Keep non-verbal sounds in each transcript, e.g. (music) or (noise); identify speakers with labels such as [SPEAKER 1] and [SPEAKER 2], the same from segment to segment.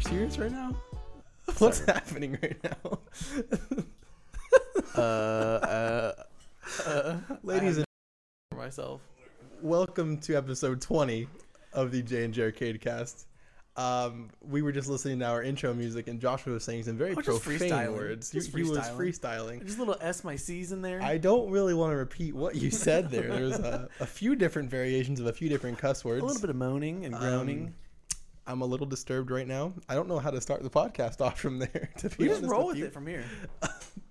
[SPEAKER 1] serious right now? (laughs) What's happening right
[SPEAKER 2] (laughs)
[SPEAKER 1] now?
[SPEAKER 2] Uh, (laughs) uh,
[SPEAKER 1] (laughs) Ladies
[SPEAKER 2] I
[SPEAKER 1] and
[SPEAKER 2] for myself.
[SPEAKER 1] welcome to episode 20 of the J and J Arcade Cast. Um, we were just listening to our intro music, and Joshua was saying some very
[SPEAKER 2] Oh, just
[SPEAKER 1] profane
[SPEAKER 2] freestyling.
[SPEAKER 1] words.
[SPEAKER 2] Just
[SPEAKER 1] He- he was
[SPEAKER 2] I
[SPEAKER 1] freestyling.
[SPEAKER 2] Just little S my C's in there.
[SPEAKER 1] I don't really want to repeat what you said there. There's a, a few different variations of a few different cuss words.
[SPEAKER 2] a little bit of moaning and groaning.
[SPEAKER 1] Um, I'm a little disturbed right now. I don't know how to start the podcast off from there. (laughs) To be
[SPEAKER 2] we just
[SPEAKER 1] honest
[SPEAKER 2] roll
[SPEAKER 1] with
[SPEAKER 2] with
[SPEAKER 1] you.
[SPEAKER 2] it from here.
[SPEAKER 1] (laughs)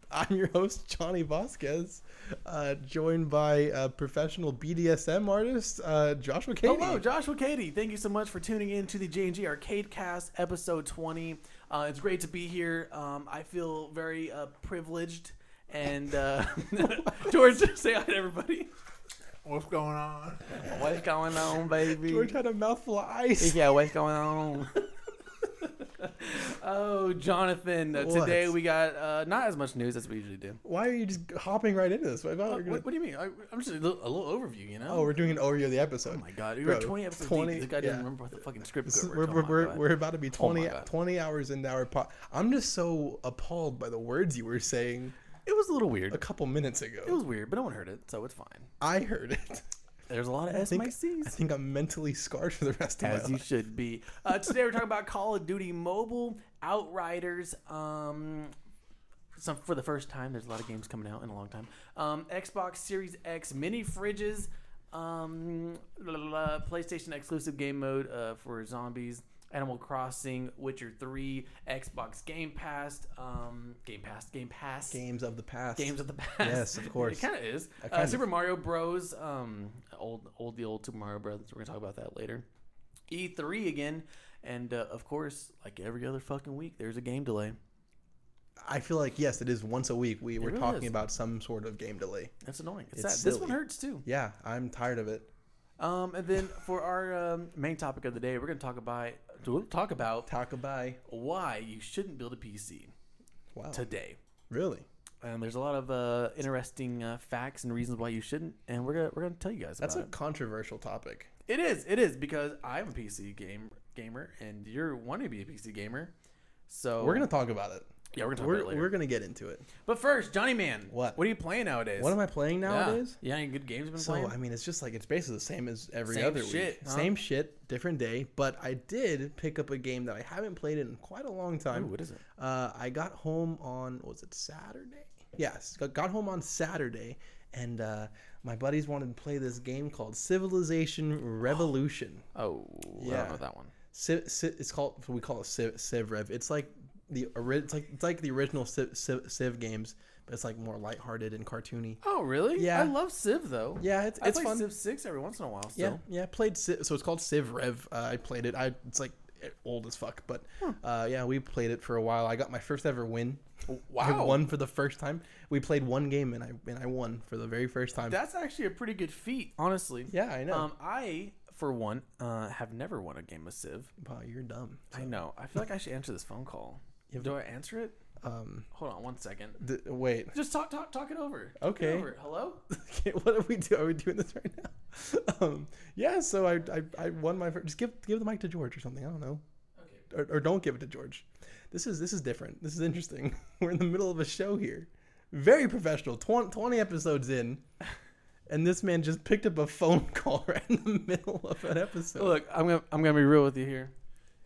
[SPEAKER 1] I'm your host, Johnny Vasquez, uh, joined by uh, professional BDSM artist, uh, Joshua Cady.
[SPEAKER 2] Hello, Joshua Katie. Thank you so much for tuning in to the J&G Arcade Cast episode 20. Uh, it's great to be here. Um, I feel very uh, privileged. And uh, (laughs) George, (laughs) say hi to everybody.
[SPEAKER 3] What's going on?
[SPEAKER 2] What's going on, baby?
[SPEAKER 1] George had a mouthful of ice.
[SPEAKER 2] Yeah, what's going on? (laughs) oh, Jonathan. Uh,
[SPEAKER 1] What?
[SPEAKER 2] today we got uh, not as much news as we usually do.
[SPEAKER 1] Why are you just hopping right into this? I thought we were
[SPEAKER 2] What,
[SPEAKER 1] Oh, gonna-
[SPEAKER 2] what do you mean? I, I'm just a little, a little overview, you know?
[SPEAKER 1] Oh, we're doing an overview of the
[SPEAKER 2] Oh
[SPEAKER 1] episode.
[SPEAKER 2] my god, we were
[SPEAKER 1] Bro,
[SPEAKER 2] 20 episodes
[SPEAKER 1] 20
[SPEAKER 2] deep. This guy
[SPEAKER 1] yeah.
[SPEAKER 2] didn't remember what the fucking script
[SPEAKER 1] This is-
[SPEAKER 2] was.
[SPEAKER 1] we're, we're, we're, we're about to be 20,
[SPEAKER 2] God.
[SPEAKER 1] 20 hours into our pod. I'm just so appalled by the words you were saying
[SPEAKER 2] It was a little weird.
[SPEAKER 1] a couple minutes ago.
[SPEAKER 2] It was weird, but no one heard it, so it's fine.
[SPEAKER 1] I heard it.
[SPEAKER 2] There's a lot of S
[SPEAKER 1] think-
[SPEAKER 2] my
[SPEAKER 1] I
[SPEAKER 2] C's.
[SPEAKER 1] think I'm mentally scarred for the rest of
[SPEAKER 2] As
[SPEAKER 1] my
[SPEAKER 2] you
[SPEAKER 1] life.
[SPEAKER 2] should be. Uh, today we're talking about Call of Duty Mobile, Outriders, um, some for the first time. There's a lot of games coming out in a long time. Um, Xbox Series X mini fridges, um, la, la, la, PlayStation exclusive game mode uh, for zombies, Animal Crossing, Witcher Three, Xbox Game Pass, um, Game Pass, Game Pass,
[SPEAKER 1] Games of the past.
[SPEAKER 2] games of the past.
[SPEAKER 1] Yes, of course.
[SPEAKER 2] (laughs) It kind of is.
[SPEAKER 1] I
[SPEAKER 2] uh,
[SPEAKER 1] kind
[SPEAKER 2] Super Mario Bros. Um, old, old, the old Super Mario Bros. We're gonna talk about that later. E3 again, and uh, of course, like every other fucking week, there's a game delay.
[SPEAKER 1] I feel like, yes, it is once a week we were
[SPEAKER 2] really
[SPEAKER 1] talking
[SPEAKER 2] is.
[SPEAKER 1] about some sort of game delay.
[SPEAKER 2] That's annoying. It's,
[SPEAKER 1] It's
[SPEAKER 2] sad. This one
[SPEAKER 1] silly.
[SPEAKER 2] hurts too.
[SPEAKER 1] Yeah, I'm tired of it.
[SPEAKER 2] Um, and then for our um, main topic of the day, we're gonna talk about we'll talk about
[SPEAKER 1] Taco Bell.
[SPEAKER 2] why you shouldn't build a PC
[SPEAKER 1] Wow.
[SPEAKER 2] today.
[SPEAKER 1] really?
[SPEAKER 2] And there's a lot of uh, interesting uh, facts and reasons why you shouldn't, and we're gonna we're gonna tell you guys.
[SPEAKER 1] That's
[SPEAKER 2] about
[SPEAKER 1] a controversial topic.
[SPEAKER 2] It is. It is because I'm a PC game gamer, and you're wanting to be a PC gamer. So
[SPEAKER 1] We're going to talk about it.
[SPEAKER 2] yeah, we're gonna talk
[SPEAKER 1] We're,
[SPEAKER 2] about it later.
[SPEAKER 1] we're going to get into it.
[SPEAKER 2] But first, Johnny Man,
[SPEAKER 1] What?
[SPEAKER 2] What are you playing nowadays?
[SPEAKER 1] What am I playing nowadays?
[SPEAKER 2] Yeah, yeah any good games you've been
[SPEAKER 1] So,
[SPEAKER 2] playing?
[SPEAKER 1] I mean, it's just like it's basically the same as every
[SPEAKER 2] Same
[SPEAKER 1] other
[SPEAKER 2] shit,
[SPEAKER 1] week.
[SPEAKER 2] huh?
[SPEAKER 1] Same shit, different day. But I did pick up a game that I haven't played in quite a long time.
[SPEAKER 2] Ooh, what is it?
[SPEAKER 1] Uh, I got home on was it Saturday? Yes, got- got home on Saturday, and uh, my buddies wanted to play this game called Civilization
[SPEAKER 2] (gasps)
[SPEAKER 1] Revolution.
[SPEAKER 2] Oh, I
[SPEAKER 1] Yeah.
[SPEAKER 2] don't know that one.
[SPEAKER 1] Civ, Civ, it's called we call it Civ, Civ Rev. It's like the ori- it's like it's like the original Civ, Civ, Civ games, but it's like more lighthearted and cartoony.
[SPEAKER 2] Oh, really?
[SPEAKER 1] Yeah.
[SPEAKER 2] I love Civ though.
[SPEAKER 1] Yeah, it's
[SPEAKER 2] I
[SPEAKER 1] it's
[SPEAKER 2] play
[SPEAKER 1] fun.
[SPEAKER 2] Civ Six every once in a while.
[SPEAKER 1] yeah,
[SPEAKER 2] Still.
[SPEAKER 1] yeah. I Played Civ, so it's called Civ Rev. Uh, I played it. I it's like old as fuck, but uh, yeah, we played it for a while. I got my first ever win. (laughs) I
[SPEAKER 2] Oh, Wow.
[SPEAKER 1] won for the first time. We played one game and I and I won for the very first time.
[SPEAKER 2] That's actually a pretty good feat, honestly.
[SPEAKER 1] yeah, I know.
[SPEAKER 2] Um, I for one uh, have never won a game of Civ.
[SPEAKER 1] wow, you're dumb.
[SPEAKER 2] I know. I feel like I should answer this phone call. Do I answer it?
[SPEAKER 1] Um,
[SPEAKER 2] Hold on one second.
[SPEAKER 1] th- wait.
[SPEAKER 2] Just talk, talk, talk it over. Talk it
[SPEAKER 1] Okay.
[SPEAKER 2] over. Hello.
[SPEAKER 1] (laughs) Okay, what are we doing? Are we doing this right now? (laughs) Um, yeah, so I, I, I won my first. Just give give the mic to George or something. I don't know,
[SPEAKER 2] Okay.
[SPEAKER 1] or, or don't give it to George. This is this is different. This is interesting. (laughs) We're in the middle of a show here, very professional. 20, 20 episodes in, and this man just picked up a phone (laughs) call right in the middle of an episode.
[SPEAKER 2] Look, I'm gonna, I'm gonna be real with you here.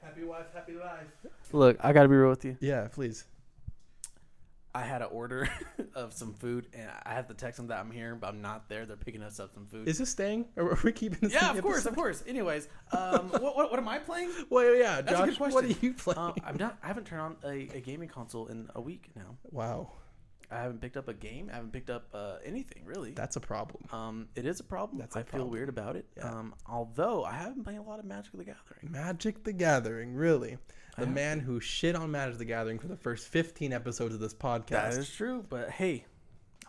[SPEAKER 3] Happy wife, happy life.
[SPEAKER 2] Look, I gotta be real with you.
[SPEAKER 1] Yeah, please.
[SPEAKER 2] I had an order (laughs) of some food, and I have to text them that I'm here, but I'm not there. They're picking us up some food.
[SPEAKER 1] Is this staying? Or are we keeping this?
[SPEAKER 2] yeah,
[SPEAKER 1] in the
[SPEAKER 2] of course,
[SPEAKER 1] episode?
[SPEAKER 2] of course. Anyways, um, (laughs) what, what, what am I playing?
[SPEAKER 1] Well, yeah,
[SPEAKER 2] That's a good
[SPEAKER 1] Josh. What do
[SPEAKER 2] question.
[SPEAKER 1] you play?
[SPEAKER 2] Uh, I'm not. I haven't turned on a, a gaming console in a week now.
[SPEAKER 1] wow,
[SPEAKER 2] I haven't picked up a game. I haven't picked up uh, anything really.
[SPEAKER 1] that's a problem.
[SPEAKER 2] Um, it is a problem.
[SPEAKER 1] That's a
[SPEAKER 2] I feel
[SPEAKER 1] problem.
[SPEAKER 2] weird about it. Um, although I haven't played a lot of Magic the Gathering.
[SPEAKER 1] Magic the Gathering, really. The man who shit on Magic the Gathering for the first 15 episodes of this
[SPEAKER 2] That
[SPEAKER 1] podcast.
[SPEAKER 2] is true, but hey,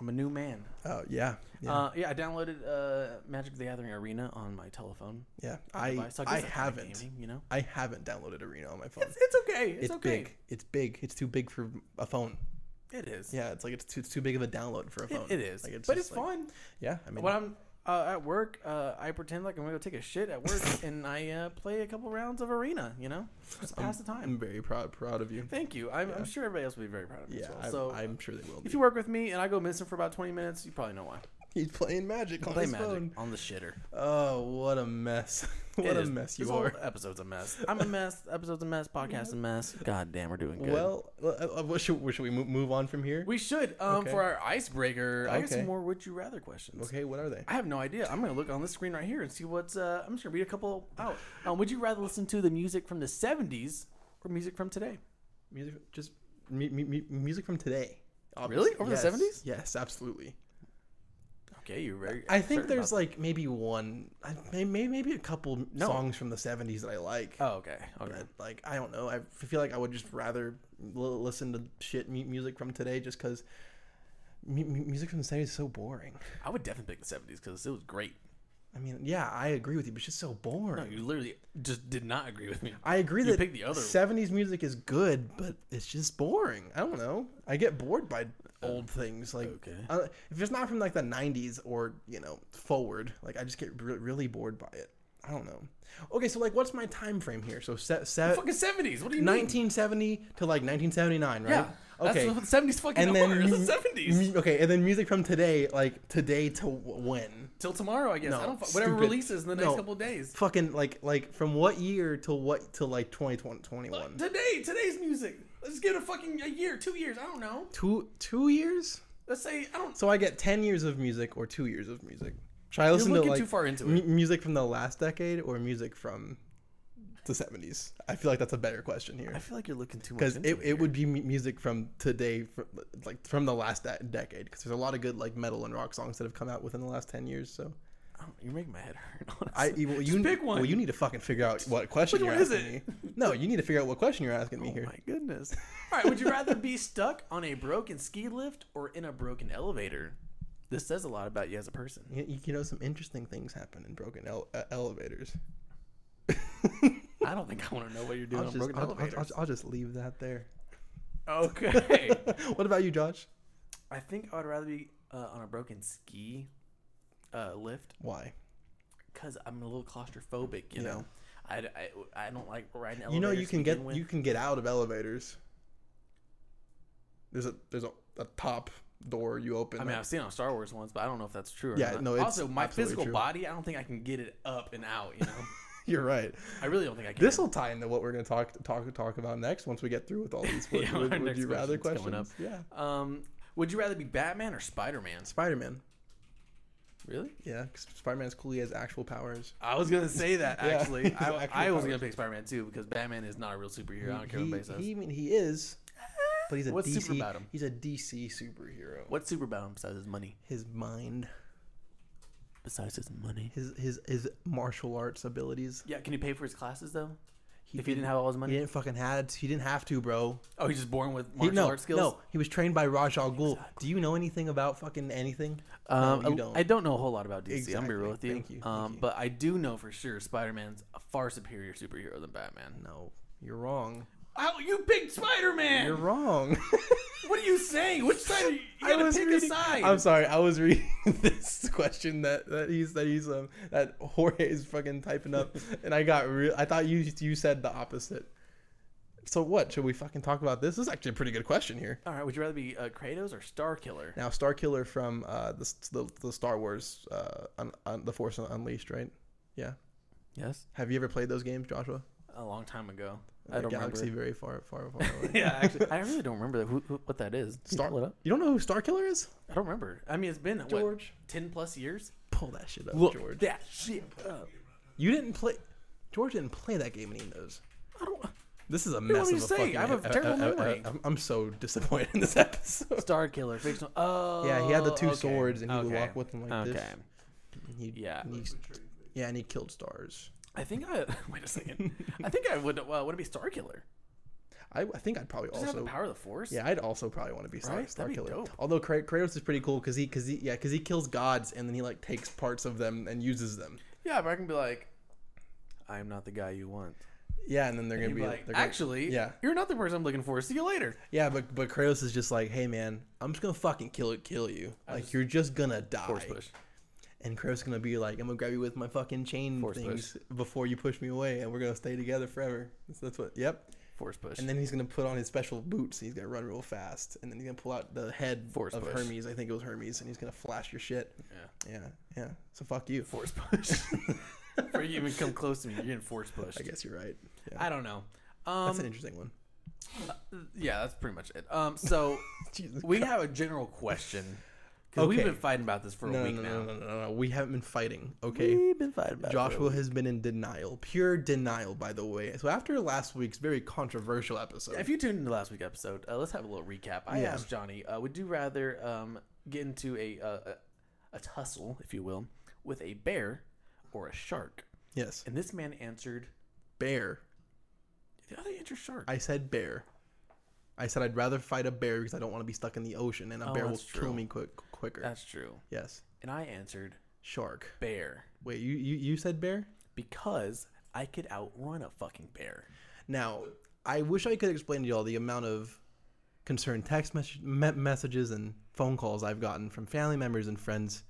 [SPEAKER 2] I'm a new man.
[SPEAKER 1] oh, yeah. Yeah.
[SPEAKER 2] Uh, yeah, I downloaded uh, Magic the Gathering Arena on my telephone.
[SPEAKER 1] yeah. I,
[SPEAKER 2] device. So guess
[SPEAKER 1] I
[SPEAKER 2] that's kinda
[SPEAKER 1] haven't.
[SPEAKER 2] gaming, you know,
[SPEAKER 1] I haven't downloaded Arena on my phone.
[SPEAKER 2] it's, it's okay. It's,
[SPEAKER 1] It's,
[SPEAKER 2] okay.
[SPEAKER 1] big. It's big. It's too big for a phone.
[SPEAKER 2] It is.
[SPEAKER 1] Yeah, it's like it's too, it's too big of a download for a
[SPEAKER 2] It-
[SPEAKER 1] phone.
[SPEAKER 2] it is.
[SPEAKER 1] Like,
[SPEAKER 2] but
[SPEAKER 1] just
[SPEAKER 2] it's
[SPEAKER 1] like-
[SPEAKER 2] fun.
[SPEAKER 1] Yeah, I mean,
[SPEAKER 2] What I'm uh, at work, uh, I pretend like I'm gonna go take a shit at
[SPEAKER 1] (laughs)
[SPEAKER 2] work, and I uh, play a couple rounds of arena. You know, just pass the time.
[SPEAKER 1] I'm very proud proud of you.
[SPEAKER 2] Thank you. I'm,
[SPEAKER 1] Um, Yeah.
[SPEAKER 2] I'm sure everybody else will be very proud of me
[SPEAKER 1] Yeah,
[SPEAKER 2] as well.
[SPEAKER 1] I'm,
[SPEAKER 2] so
[SPEAKER 1] I'm sure they will.
[SPEAKER 2] if
[SPEAKER 1] Be.
[SPEAKER 2] you work with me and I go missing for about 20 minutes, you probably know why.
[SPEAKER 1] He's playing Magic on
[SPEAKER 2] Play
[SPEAKER 1] his
[SPEAKER 2] magic
[SPEAKER 1] phone.
[SPEAKER 2] on the shitter.
[SPEAKER 1] Oh, what a mess! (laughs) what
[SPEAKER 2] It
[SPEAKER 1] a
[SPEAKER 2] is-
[SPEAKER 1] mess
[SPEAKER 2] this
[SPEAKER 1] you
[SPEAKER 2] whole
[SPEAKER 1] are.
[SPEAKER 2] Episode's a mess. I'm a mess. the Episode's a mess. Podcast's a mess. God damn, we're doing good.
[SPEAKER 1] Well, uh, uh, what should, what should we mo- move on from here?
[SPEAKER 2] we should um
[SPEAKER 1] Okay.
[SPEAKER 2] for our icebreaker. I got
[SPEAKER 1] Okay.
[SPEAKER 2] some more would you rather questions.
[SPEAKER 1] Okay, what are they?
[SPEAKER 2] I have no idea. I'm gonna look on this screen right here and see what's. Uh, I'm just gonna read a couple out. Um, would you rather listen to the music from the '70s or music from today?
[SPEAKER 1] Music, just mu- mu- mu- music from today.
[SPEAKER 2] Really? Over the
[SPEAKER 1] Yes.
[SPEAKER 2] 70s?
[SPEAKER 1] Yes, absolutely.
[SPEAKER 2] Okay, you're very.
[SPEAKER 1] I think
[SPEAKER 2] certain
[SPEAKER 1] there's
[SPEAKER 2] about
[SPEAKER 1] like maybe one, maybe maybe a couple
[SPEAKER 2] No.
[SPEAKER 1] songs from the '70s that I like.
[SPEAKER 2] that. Oh, okay. Okay.
[SPEAKER 1] But like I don't know. I feel like I would just rather l- listen to shit mu- music from today, just because music from the '70s is so boring.
[SPEAKER 2] I would definitely pick the '70s because it was great.
[SPEAKER 1] I mean, yeah, I agree with you, but it's just so boring.
[SPEAKER 2] No, you literally just did not agree with me.
[SPEAKER 1] I agree
[SPEAKER 2] You
[SPEAKER 1] that
[SPEAKER 2] picked the other-
[SPEAKER 1] '70s music is good, but it's just boring. I don't know. I get bored by old things. Like,
[SPEAKER 2] Oh, okay.
[SPEAKER 1] I don't- if it's not from like the '90s or you know forward, like I just get re- really bored by it. I don't know. Okay, so like, what's my time frame here? So se- se-
[SPEAKER 2] Fucking '70s. What do you mean?
[SPEAKER 1] 1970 to like 1979, right?
[SPEAKER 2] Yeah.
[SPEAKER 1] Okay.
[SPEAKER 2] That's the 70s fucking
[SPEAKER 1] and
[SPEAKER 2] and
[SPEAKER 1] then
[SPEAKER 2] It's the
[SPEAKER 1] mu-
[SPEAKER 2] 70s.
[SPEAKER 1] mu- okay, and then music from today, like today to w- when?
[SPEAKER 2] Till tomorrow, I guess.
[SPEAKER 1] No,
[SPEAKER 2] I don't fu- whatever
[SPEAKER 1] stupid.
[SPEAKER 2] releases in the next
[SPEAKER 1] No.
[SPEAKER 2] couple days.
[SPEAKER 1] Fucking like like from what year till what till like 2021?
[SPEAKER 2] Today, today's music. Let's give it a fucking a year, two years. I don't know.
[SPEAKER 1] Two two years?
[SPEAKER 2] Let's say I don't.
[SPEAKER 1] So I get 10 years of music or two years of music. Should I listen to
[SPEAKER 2] looking
[SPEAKER 1] like
[SPEAKER 2] too far into
[SPEAKER 1] mu- music from the last decade or music from the 70s? I feel like that's a better question
[SPEAKER 2] I
[SPEAKER 1] here.
[SPEAKER 2] feel like you're looking too much.
[SPEAKER 1] Because
[SPEAKER 2] into
[SPEAKER 1] it,
[SPEAKER 2] here.
[SPEAKER 1] it would be mu- music from today, fr- like from the last de- decade. Because there's a lot of good like metal and rock songs that have come out within the last ten years. So
[SPEAKER 2] I don't- you're making my head hurt. (laughs)
[SPEAKER 1] I
[SPEAKER 2] Honestly.
[SPEAKER 1] well,
[SPEAKER 2] Just
[SPEAKER 1] you
[SPEAKER 2] pick one.
[SPEAKER 1] Well, you need to fucking figure out
[SPEAKER 2] (laughs)
[SPEAKER 1] what question
[SPEAKER 2] Which
[SPEAKER 1] you're
[SPEAKER 2] one is
[SPEAKER 1] asking me. No, you need to figure out what question you're asking me
[SPEAKER 2] Oh
[SPEAKER 1] here.
[SPEAKER 2] my (laughs) goodness. All right. Would you rather (laughs) be stuck on a broken ski lift or in a broken elevator? This says a lot about you as a person.
[SPEAKER 1] You, you- you know, some interesting things happen in broken ele- uh, elevators. (laughs)
[SPEAKER 2] I don't think I want to know what you're doing
[SPEAKER 1] I'll
[SPEAKER 2] on
[SPEAKER 1] just,
[SPEAKER 2] broken
[SPEAKER 1] I'll, I'll-
[SPEAKER 2] elevators.
[SPEAKER 1] I'll- I'll just leave that there.
[SPEAKER 2] (laughs) okay.
[SPEAKER 1] (laughs) what about you, Josh?
[SPEAKER 2] I think I would rather be uh, on a broken ski uh, lift
[SPEAKER 1] Why?
[SPEAKER 2] because I'm a little claustrophobic.
[SPEAKER 1] Yeah.
[SPEAKER 2] You know, I, I, I don't like riding elevators.
[SPEAKER 1] You know, you
[SPEAKER 2] to
[SPEAKER 1] can
[SPEAKER 2] begin
[SPEAKER 1] get
[SPEAKER 2] with.
[SPEAKER 1] you can get out of elevators. There's a there's a, a top door you open.
[SPEAKER 2] I mean,
[SPEAKER 1] that-
[SPEAKER 2] I've seen it on Star Wars ones, but I don't know if that's true. Or
[SPEAKER 1] Yeah,
[SPEAKER 2] not.
[SPEAKER 1] no, it's
[SPEAKER 2] also my
[SPEAKER 1] absolutely
[SPEAKER 2] physical
[SPEAKER 1] true.
[SPEAKER 2] body. I don't think I can get it up and out. You know,
[SPEAKER 1] (laughs) (laughs) you're right.
[SPEAKER 2] I really don't think I can.
[SPEAKER 1] This will tie into what we're going to talk talk talk about next once we get through with all
[SPEAKER 2] (laughs)
[SPEAKER 1] these would,
[SPEAKER 2] Yeah,
[SPEAKER 1] would-
[SPEAKER 2] our
[SPEAKER 1] would
[SPEAKER 2] next
[SPEAKER 1] you rather
[SPEAKER 2] question's
[SPEAKER 1] questions.
[SPEAKER 2] coming up.
[SPEAKER 1] Yeah.
[SPEAKER 2] um, would you rather be Batman or Spider Man?
[SPEAKER 1] Spider Man.
[SPEAKER 2] Really?
[SPEAKER 1] Yeah, because Spider Man's cool. He has actual powers.
[SPEAKER 2] I was gonna say that
[SPEAKER 1] (laughs) Yeah,
[SPEAKER 2] actually.
[SPEAKER 1] he's
[SPEAKER 2] I,
[SPEAKER 1] actually
[SPEAKER 2] I was
[SPEAKER 1] powered.
[SPEAKER 2] gonna pick Spider Man too because Batman is not a real superhero. I don't care what
[SPEAKER 1] he,
[SPEAKER 2] anybody says.
[SPEAKER 1] he, I mean, he is, but he's a
[SPEAKER 2] What's
[SPEAKER 1] DC.
[SPEAKER 2] super about him?
[SPEAKER 1] He's a DC superhero.
[SPEAKER 2] What's super about him besides his money?
[SPEAKER 1] His mind,
[SPEAKER 2] Besides his money.
[SPEAKER 1] his his his martial arts abilities.
[SPEAKER 2] Yeah, can he pay for his classes though?
[SPEAKER 1] He
[SPEAKER 2] if he didn't have all his
[SPEAKER 1] he
[SPEAKER 2] money?
[SPEAKER 1] didn't fucking had. He didn't have to, bro.
[SPEAKER 2] Oh, he's just born with
[SPEAKER 1] He,
[SPEAKER 2] martial
[SPEAKER 1] no,
[SPEAKER 2] arts skills?
[SPEAKER 1] no, he was trained by Raj Al Ghul. Do you know anything about fucking anything?
[SPEAKER 2] Um,
[SPEAKER 1] No, you
[SPEAKER 2] I-
[SPEAKER 1] don't.
[SPEAKER 2] I don't know a whole lot about DC. I'm gonna be real with
[SPEAKER 1] Exactly.
[SPEAKER 2] you.
[SPEAKER 1] Thank you, thank
[SPEAKER 2] Um,
[SPEAKER 1] you.
[SPEAKER 2] But I do know for sure Spider Man's a far superior superhero than Batman.
[SPEAKER 1] No, you're wrong.
[SPEAKER 2] How you picked Spider
[SPEAKER 1] You're (laughs)
[SPEAKER 2] Man?
[SPEAKER 1] wrong.
[SPEAKER 2] What are you saying? Which side? Are you, you gotta pick
[SPEAKER 1] reading,
[SPEAKER 2] a side.
[SPEAKER 1] I'm sorry, I was reading (laughs) this question that, that he's that he's um that Jorge is fucking typing
[SPEAKER 2] (laughs)
[SPEAKER 1] up, and I got real. I thought you you said the opposite. So what should we fucking talk about? This, this is actually a pretty good question here.
[SPEAKER 2] All right, would you rather be uh, Kratos or Star Killer?
[SPEAKER 1] Now, Star Killer from uh the the, the Star Wars uh un, un, the Force Unleashed, right? Yeah.
[SPEAKER 2] Yes,
[SPEAKER 1] Have you ever played those games, Joshua?
[SPEAKER 2] a long time ago. I
[SPEAKER 1] The
[SPEAKER 2] don't
[SPEAKER 1] Galaxy
[SPEAKER 2] remember.
[SPEAKER 1] very far far (laughs) far away.
[SPEAKER 2] (laughs) yeah, actually, I really don't remember who, who, what that is. Can you
[SPEAKER 1] Star,
[SPEAKER 2] pull it up?
[SPEAKER 1] you don't know who Star Killer is?
[SPEAKER 2] I don't remember. I mean, it's been what ten plus years.
[SPEAKER 1] pull that shit up,
[SPEAKER 2] Look
[SPEAKER 1] George.
[SPEAKER 2] that shit
[SPEAKER 1] uh,
[SPEAKER 2] up.
[SPEAKER 1] You didn't play. George didn't play that game, and he knows.
[SPEAKER 2] I don't.
[SPEAKER 1] This is a
[SPEAKER 2] what
[SPEAKER 1] mess
[SPEAKER 2] do
[SPEAKER 1] of
[SPEAKER 2] you
[SPEAKER 1] a
[SPEAKER 2] say?
[SPEAKER 1] fucking.
[SPEAKER 2] I have a terrible memory.
[SPEAKER 1] I'm, I'm so disappointed in this (laughs) episode.
[SPEAKER 2] Star Killer, fictional. Oh,
[SPEAKER 1] Yeah, he had the two
[SPEAKER 2] two
[SPEAKER 1] swords, and he would walk with them like
[SPEAKER 2] okay.
[SPEAKER 1] this. And he,
[SPEAKER 2] Yeah.
[SPEAKER 1] and he- yeah, and he killed stars.
[SPEAKER 2] I think I (laughs) wait a second. I think I would. Well, would it be Star Killer?
[SPEAKER 1] I, I think I'd probably
[SPEAKER 2] Does it have the
[SPEAKER 1] also.
[SPEAKER 2] power of the Force?
[SPEAKER 1] Yeah, I'd also probably want to be Star,
[SPEAKER 2] Right?
[SPEAKER 1] Star
[SPEAKER 2] That'd be
[SPEAKER 1] Killer.
[SPEAKER 2] dope.
[SPEAKER 1] Although Kra- Kratos is pretty cool because he, cause he, yeah, 'cause he kills gods and then he like takes parts of them and uses them.
[SPEAKER 2] Yeah, but I can be like, I am not the guy you want.
[SPEAKER 1] Yeah, and then they're gonna
[SPEAKER 2] You'd
[SPEAKER 1] be,
[SPEAKER 2] be like,
[SPEAKER 1] they're gonna-
[SPEAKER 2] actually,
[SPEAKER 1] yeah.
[SPEAKER 2] you're not the person I'm looking for. See you later.
[SPEAKER 1] yeah, but but Kratos is just like, hey man, I'm just gonna fucking kill it, kill you. Like you're just gonna die.
[SPEAKER 2] Force push.
[SPEAKER 1] and Crow's gonna be like, I'm gonna grab you with my fucking chain
[SPEAKER 2] Force
[SPEAKER 1] things before you push me away, and we're gonna stay together forever. So that's what. Yep.
[SPEAKER 2] Force push.
[SPEAKER 1] And then he's gonna put on his special boots. And he's gonna run real fast, and then he's gonna pull out the head
[SPEAKER 2] Force
[SPEAKER 1] of
[SPEAKER 2] push.
[SPEAKER 1] Hermes. I think it was Hermes, and he's gonna flash your shit.
[SPEAKER 2] yeah.
[SPEAKER 1] Yeah, yeah. So fuck you.
[SPEAKER 2] (laughs) Force
[SPEAKER 1] (laughs)
[SPEAKER 2] push. Before you even come close to me, you're getting force pushed.
[SPEAKER 1] I guess you're right. Yeah.
[SPEAKER 2] I don't know.
[SPEAKER 1] That's an
[SPEAKER 2] Um,
[SPEAKER 1] interesting one.
[SPEAKER 2] yeah, that's pretty much it.
[SPEAKER 1] (laughs)
[SPEAKER 2] Um, so
[SPEAKER 1] Jesus
[SPEAKER 2] we
[SPEAKER 1] Christ.
[SPEAKER 2] have a general question because we've
[SPEAKER 1] Okay.
[SPEAKER 2] been fighting about this for a
[SPEAKER 1] no,
[SPEAKER 2] week
[SPEAKER 1] no,
[SPEAKER 2] now.
[SPEAKER 1] no, no, no, no, no. We haven't been fighting. Okay.
[SPEAKER 2] been fighting about
[SPEAKER 1] Joshua has been in denial, pure denial, by the way. So after last week's very controversial episode,
[SPEAKER 2] If you tuned into last week's episode, uh, let's have a little recap. I
[SPEAKER 1] Yeah.
[SPEAKER 2] asked Johnny, uh, would you rather um, get into a, uh, a a tussle, if you will, with a bear or a shark?
[SPEAKER 1] yes,
[SPEAKER 2] And this man answered,
[SPEAKER 1] bear.
[SPEAKER 2] "The other answer shark."
[SPEAKER 1] I said bear. I said I'd rather fight a bear because I don't want to be stuck in the ocean, and a
[SPEAKER 2] Oh,
[SPEAKER 1] bear will
[SPEAKER 2] that's
[SPEAKER 1] kill
[SPEAKER 2] true.
[SPEAKER 1] me quick quicker.
[SPEAKER 2] That's true.
[SPEAKER 1] yes,
[SPEAKER 2] And I answered
[SPEAKER 1] shark.
[SPEAKER 2] bear
[SPEAKER 1] Wait, you, you you said bear?
[SPEAKER 2] because I could outrun a fucking bear.
[SPEAKER 1] Now, I wish I could explain to y'all the amount of concerned text mes- me- messages and phone calls I've gotten from family members and friends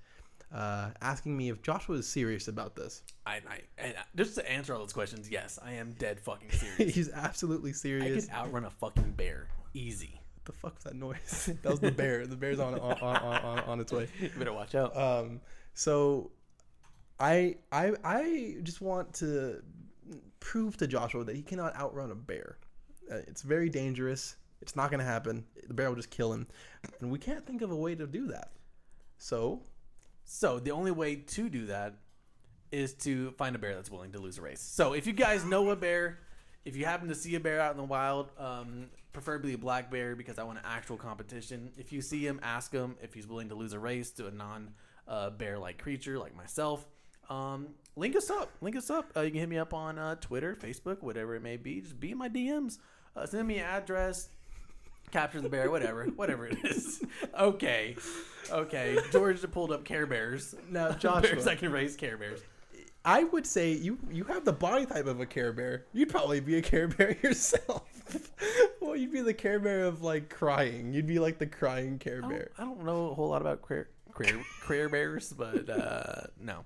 [SPEAKER 1] uh, asking me if Joshua is serious about this. (laughs)
[SPEAKER 2] I, I and I- just to answer all those questions, yes, I am dead (laughs) fucking serious.
[SPEAKER 1] He's absolutely
[SPEAKER 2] I
[SPEAKER 1] serious.
[SPEAKER 2] could outrun a fucking bear easy.
[SPEAKER 1] What the fuck was that noise? (laughs) that was the bear. The bear's on on, on, on, on its way.
[SPEAKER 2] (laughs) You better watch out.
[SPEAKER 1] Um, so I I I just want to prove to Joshua that he cannot outrun a bear. Uh, it's very dangerous. It's not going to happen. The bear will just kill him, and we can't think of a way to do that. So
[SPEAKER 2] So the only way to do that is to find a bear that's willing to lose a race. So if you guys know a bear, if you happen to see a bear out in the wild, um, preferably a black bear because I want an actual competition. If you see him, ask him if he's willing to lose a race to a non uh, bear like creature like myself. Um, link us up. Link us up. Uh, you can hit me up on uh, Twitter, Facebook, whatever it may be. Just be in my DMs. Uh, send me an address capture the bear, whatever, whatever it is. (laughs) Okay, okay. George pulled up Care Bears. (laughs)
[SPEAKER 1] Now,
[SPEAKER 2] bears
[SPEAKER 1] Joshua.
[SPEAKER 2] I can raise Care Bears.
[SPEAKER 1] I would say you you have the body type of a Care Bear. You'd probably be a Care Bear (laughs) yourself. (laughs) well, you'd be the Care Bear of like crying. You'd be like the crying Care
[SPEAKER 2] I don't,
[SPEAKER 1] Bear.
[SPEAKER 2] I don't know a whole lot about Care Care Care Bears, but uh, no,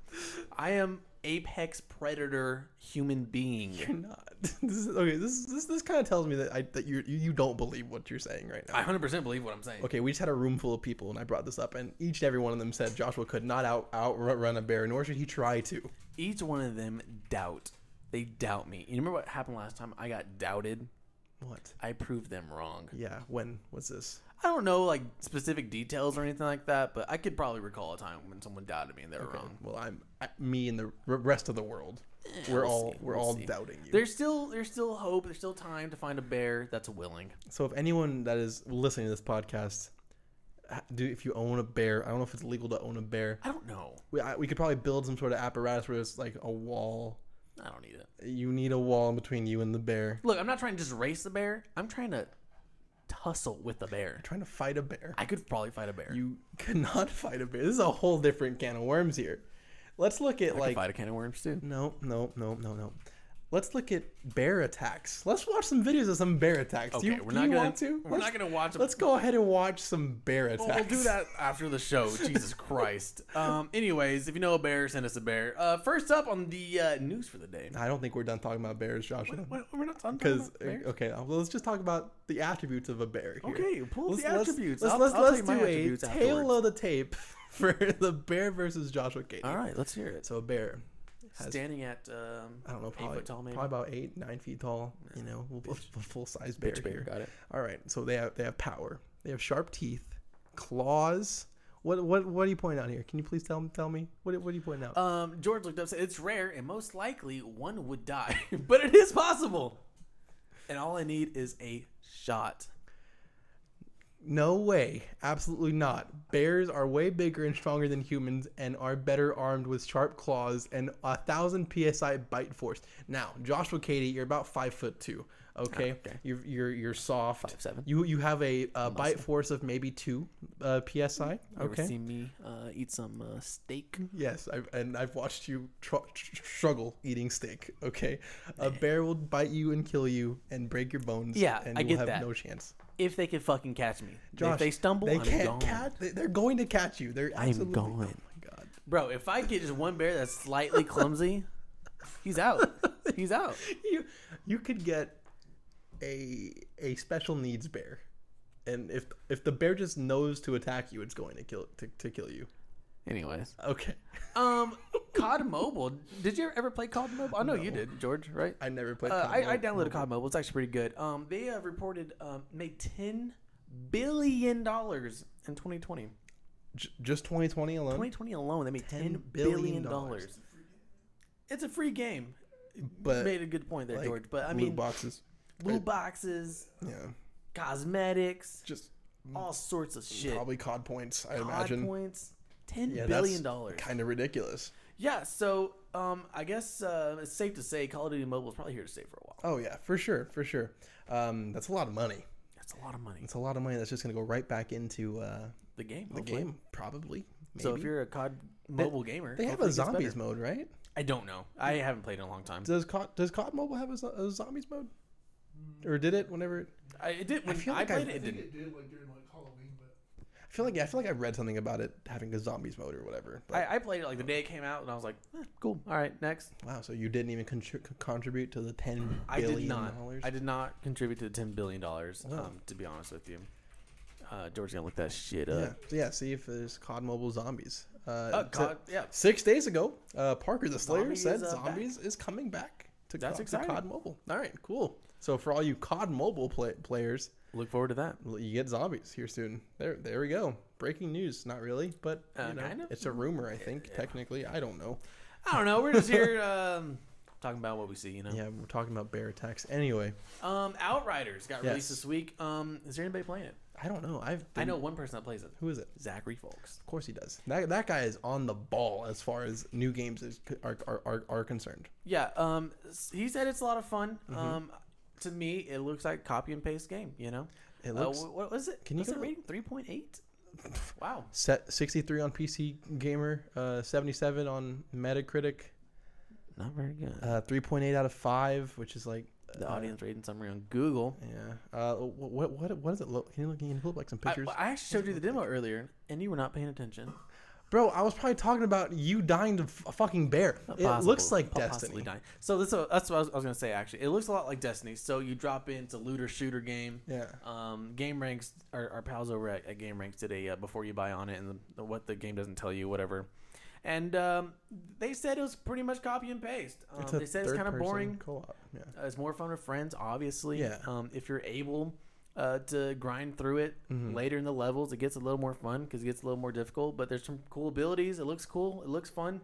[SPEAKER 2] I am apex predator human being.
[SPEAKER 1] You're not. (laughs) This is okay. This this this kind of tells me that I that you you you don't believe what you're saying right now.
[SPEAKER 2] I 100% believe what I'm saying.
[SPEAKER 1] okay, we just had a room full of people, and I brought this up, and each and every one of them said Joshua could not out outrun a bear, nor should he try to.
[SPEAKER 2] Each one of them doubt. They doubt me. You remember what happened last time? I got doubted.
[SPEAKER 1] What?
[SPEAKER 2] I proved them wrong.
[SPEAKER 1] Yeah. When was this?
[SPEAKER 2] I don't know like specific details or anything like that, but I could probably recall a time when someone doubted me and they were wrong.
[SPEAKER 1] Well, I'm I, me and the r- rest of the world. We're
[SPEAKER 2] Eh, we'll
[SPEAKER 1] all
[SPEAKER 2] see,
[SPEAKER 1] we're
[SPEAKER 2] we'll
[SPEAKER 1] all
[SPEAKER 2] see.
[SPEAKER 1] doubting you.
[SPEAKER 2] There's still there's still hope. There's still time to find a bear that's willing.
[SPEAKER 1] So if anyone that is listening to this podcast, ha- do if you own a bear, I don't know if it's legal to own a bear.
[SPEAKER 2] I don't know.
[SPEAKER 1] We, I, we could probably build some sort of apparatus where it's like a wall.
[SPEAKER 2] I don't need it.
[SPEAKER 1] You need a wall in between you and the bear.
[SPEAKER 2] Look, I'm not trying to just race the bear. I'm trying to tussle with the bear.
[SPEAKER 1] Trying to fight a bear.
[SPEAKER 2] I could probably fight a bear. You
[SPEAKER 1] You (laughs) cannot fight a bear. This is a whole different can of worms here. Let's look at
[SPEAKER 2] like,
[SPEAKER 1] like
[SPEAKER 2] fight a can of worms too.
[SPEAKER 1] no, no, no, no, no. Let's look at bear attacks. Let's watch some videos of some bear attacks. do you,
[SPEAKER 2] Okay, we're
[SPEAKER 1] do
[SPEAKER 2] not
[SPEAKER 1] you
[SPEAKER 2] gonna-
[SPEAKER 1] want to?
[SPEAKER 2] we're
[SPEAKER 1] let's,
[SPEAKER 2] not gonna watch a-
[SPEAKER 1] Let's go ahead and watch some bear attacks.
[SPEAKER 2] Well, we'll do that after the show. (laughs) Jesus Christ. Um. Anyways, if you know a bear, send us a bear. Uh. First up on the uh, news for the (laughs) day.
[SPEAKER 1] (laughs) I don't think we're done talking about bears, Joshua.
[SPEAKER 2] What, we're not talking
[SPEAKER 1] Because
[SPEAKER 2] about bears.
[SPEAKER 1] okay, well, let's just talk about the attributes of a bear. Here.
[SPEAKER 2] Okay, pull up the attributes.
[SPEAKER 1] Let's
[SPEAKER 2] I'll-
[SPEAKER 1] let's,
[SPEAKER 2] I'll
[SPEAKER 1] let's
[SPEAKER 2] tell you
[SPEAKER 1] do
[SPEAKER 2] my
[SPEAKER 1] a
[SPEAKER 2] attributes
[SPEAKER 1] tail
[SPEAKER 2] afterwards.
[SPEAKER 1] of the tape (laughs) for the bear versus Joshua Katie.
[SPEAKER 2] All right, let's hear it.
[SPEAKER 1] So a bear has
[SPEAKER 2] Standing at um.
[SPEAKER 1] I don't know probably
[SPEAKER 2] foot tall, maybe?
[SPEAKER 1] probably about eight nine feet tall. You know, a, (laughs) full size bear.
[SPEAKER 2] Bitch bear.
[SPEAKER 1] here.
[SPEAKER 2] Got it.
[SPEAKER 1] All right, so they have they have power. They have sharp teeth, claws. What what what do you point out here? Can you please tell tell me what what do you point out?
[SPEAKER 2] Um, George looked up. Said it's rare, and most likely one would die, (laughs) but it is possible. And all I need is a shot.
[SPEAKER 1] No way. Absolutely not. Bears are way bigger and stronger than humans and are better armed with sharp claws and a thousand psi bite force. Now, Joshua Katie, you're about five foot two. Okay,
[SPEAKER 2] Ah, okay.
[SPEAKER 1] you're you're you're soft.
[SPEAKER 2] Five seven.
[SPEAKER 1] You you have a, uh bite force of maybe two uh, psi.
[SPEAKER 2] You ever
[SPEAKER 1] Okay.
[SPEAKER 2] seen me uh, eat some uh, steak?
[SPEAKER 1] Yes, I've, and I've watched you tr- tr- struggle eating steak. Okay, a bear will bite you and kill you and break your bones.
[SPEAKER 2] Yeah,
[SPEAKER 1] and
[SPEAKER 2] I
[SPEAKER 1] you will
[SPEAKER 2] get
[SPEAKER 1] have
[SPEAKER 2] that.
[SPEAKER 1] no chance.
[SPEAKER 2] If they could fucking catch me.
[SPEAKER 1] Josh,
[SPEAKER 2] if they stumble,
[SPEAKER 1] they
[SPEAKER 2] I'm
[SPEAKER 1] can't
[SPEAKER 2] gone.
[SPEAKER 1] catch. They, are going to catch you. They're
[SPEAKER 2] I'm
[SPEAKER 1] absolutely.
[SPEAKER 2] gone.
[SPEAKER 1] Oh my god.
[SPEAKER 2] Bro, if I get just one bear that's slightly clumsy, he's out. He's out.
[SPEAKER 1] you you could get a a special needs bear, and if if the bear just knows to attack you, it's going to kill to, to kill you.
[SPEAKER 2] Anyways,
[SPEAKER 1] Okay,
[SPEAKER 2] um, COD Mobile. Did you ever play COD Mobile? I know you did, George. Right?
[SPEAKER 1] I never played.
[SPEAKER 2] Uh,
[SPEAKER 1] Call of
[SPEAKER 2] I, I
[SPEAKER 1] Duty.
[SPEAKER 2] downloaded COD Mobile. It's actually pretty good. Um, they have reported um, made ten billion dollars in 2020.
[SPEAKER 1] J- just 2020 alone.
[SPEAKER 2] 2020 alone, they made 10
[SPEAKER 1] billion
[SPEAKER 2] billion
[SPEAKER 1] dollars.
[SPEAKER 2] dollars. It's a free game.
[SPEAKER 1] but
[SPEAKER 2] Made a good point there,
[SPEAKER 1] like,
[SPEAKER 2] George. But I
[SPEAKER 1] loot
[SPEAKER 2] mean,
[SPEAKER 1] boxes.
[SPEAKER 2] loot boxes,
[SPEAKER 1] Yeah,
[SPEAKER 2] cosmetics,
[SPEAKER 1] just
[SPEAKER 2] all sorts of shit.
[SPEAKER 1] Mm. probably cod points. I
[SPEAKER 2] Odd
[SPEAKER 1] imagine.
[SPEAKER 2] points. Ten
[SPEAKER 1] Yeah,
[SPEAKER 2] billion dollars.
[SPEAKER 1] Kind of ridiculous.
[SPEAKER 2] Yeah, so um, I guess uh, it's safe to say Call of Duty Mobile is probably here to stay for a while.
[SPEAKER 1] Oh yeah, for sure, for sure. Um, that's a lot of money.
[SPEAKER 2] That's a lot of money.
[SPEAKER 1] It's a lot of money that's just gonna go right back into uh,
[SPEAKER 2] The game,
[SPEAKER 1] the game, probably. Maybe.
[SPEAKER 2] So if you're a COD Mobile gamer,
[SPEAKER 1] they have a
[SPEAKER 2] hopefully it gets better.
[SPEAKER 1] zombies mode, right?
[SPEAKER 2] I don't know. I haven't played in a long time.
[SPEAKER 1] Does COD, does COD Mobile have a, zo- a zombies mode, or did it? Whenever it,
[SPEAKER 2] I, it did when I,
[SPEAKER 1] feel like I-
[SPEAKER 2] played
[SPEAKER 3] I
[SPEAKER 2] it. It
[SPEAKER 3] think
[SPEAKER 2] didn't.
[SPEAKER 3] it did like during like Halloween, but
[SPEAKER 1] I feel like yeah, I feel like I read something about it having a zombies mode or whatever. But,
[SPEAKER 2] I, I played it like the day it came out, and I was like, eh, cool. All right, next.
[SPEAKER 1] wow, so you didn't even contri- contribute to the ten
[SPEAKER 2] I
[SPEAKER 1] billion
[SPEAKER 2] did not.
[SPEAKER 1] dollars?
[SPEAKER 2] I did not contribute to the ten billion dollars.
[SPEAKER 1] Oh.
[SPEAKER 2] Um, to be honest with you, uh, George's gonna look that shit
[SPEAKER 1] Yeah.
[SPEAKER 2] up.
[SPEAKER 1] So yeah, see if there's COD Mobile zombies. Uh,
[SPEAKER 2] Uh,
[SPEAKER 1] so-
[SPEAKER 2] COD, yeah.
[SPEAKER 1] Six days ago, uh, Parker the Slayer
[SPEAKER 2] Zombies
[SPEAKER 1] said
[SPEAKER 2] is, uh,
[SPEAKER 1] Zombies is coming back to,
[SPEAKER 2] That's
[SPEAKER 1] COD, to
[SPEAKER 2] exciting.
[SPEAKER 1] COD Mobile. All right, cool. So for all you COD Mobile play- players,
[SPEAKER 2] Look forward to that.
[SPEAKER 1] l- you get Zombies here soon. There, there we go. Breaking news. Not really, but you
[SPEAKER 2] Uh,
[SPEAKER 1] know,
[SPEAKER 2] kind of?
[SPEAKER 1] it's a rumor. I think technically, I don't know.
[SPEAKER 2] I don't know. We're just here um, (laughs) talking about what we see, you know.
[SPEAKER 1] Yeah, we're talking about bear attacks. Anyway,
[SPEAKER 2] Um, Outriders got
[SPEAKER 1] Yes.
[SPEAKER 2] released this week. Um, is there anybody playing it?
[SPEAKER 1] I don't know. I've
[SPEAKER 2] I
[SPEAKER 1] been-
[SPEAKER 2] know one person that plays it.
[SPEAKER 1] who is it.
[SPEAKER 2] Zachary Folks.
[SPEAKER 1] Of course he does. That, that guy is on the ball as far as new games is, are, are, are are concerned.
[SPEAKER 2] Yeah. Um, s- he said it's a lot of fun.
[SPEAKER 1] Mm-hmm.
[SPEAKER 2] Um, to me, it looks like copy and paste game. You know.
[SPEAKER 1] It looks
[SPEAKER 2] Uh, wh- what was it?
[SPEAKER 1] Can you
[SPEAKER 2] What's
[SPEAKER 1] go
[SPEAKER 2] it
[SPEAKER 1] to-
[SPEAKER 2] rating? Three point
[SPEAKER 1] (laughs)
[SPEAKER 2] eight. Wow.
[SPEAKER 1] set 63 on PC Gamer, uh, 77 on Metacritic.
[SPEAKER 2] Not very good.
[SPEAKER 1] uh, 3.8 out of 5 which is like
[SPEAKER 2] the
[SPEAKER 1] uh,
[SPEAKER 2] audience rating summary on Google.
[SPEAKER 1] yeah uh what what what does it look can you look can you pull up like some
[SPEAKER 2] I,
[SPEAKER 1] pictures
[SPEAKER 2] I actually showed you the demo earlier, and you were not paying attention.
[SPEAKER 1] bro i was probably talking about you dying to f- a fucking bear it
[SPEAKER 2] Possible-
[SPEAKER 1] looks like
[SPEAKER 2] po-
[SPEAKER 1] destiny
[SPEAKER 2] possibly dying. So this, that's what I was, I was gonna say. Actually, it looks a lot like Destiny. So you drop in, it's a looter shooter game.
[SPEAKER 1] yeah
[SPEAKER 2] Um, game ranks, our, our pals over at, at Game Ranks did a uh, before you buy on it, and the, the, what the game doesn't tell you, whatever. And um, they said it was pretty much copy and paste. Um,
[SPEAKER 1] it's a
[SPEAKER 2] they said it's kind of
[SPEAKER 1] third-person
[SPEAKER 2] boring.
[SPEAKER 1] co-op yeah
[SPEAKER 2] Uh, it's more fun with friends, obviously.
[SPEAKER 1] Yeah.
[SPEAKER 2] Um, if you're able uh, to grind through it
[SPEAKER 1] Mm-hmm.
[SPEAKER 2] later in the levels, it gets a little more fun because it gets a little more difficult. But there's some cool abilities. It looks cool. It looks fun.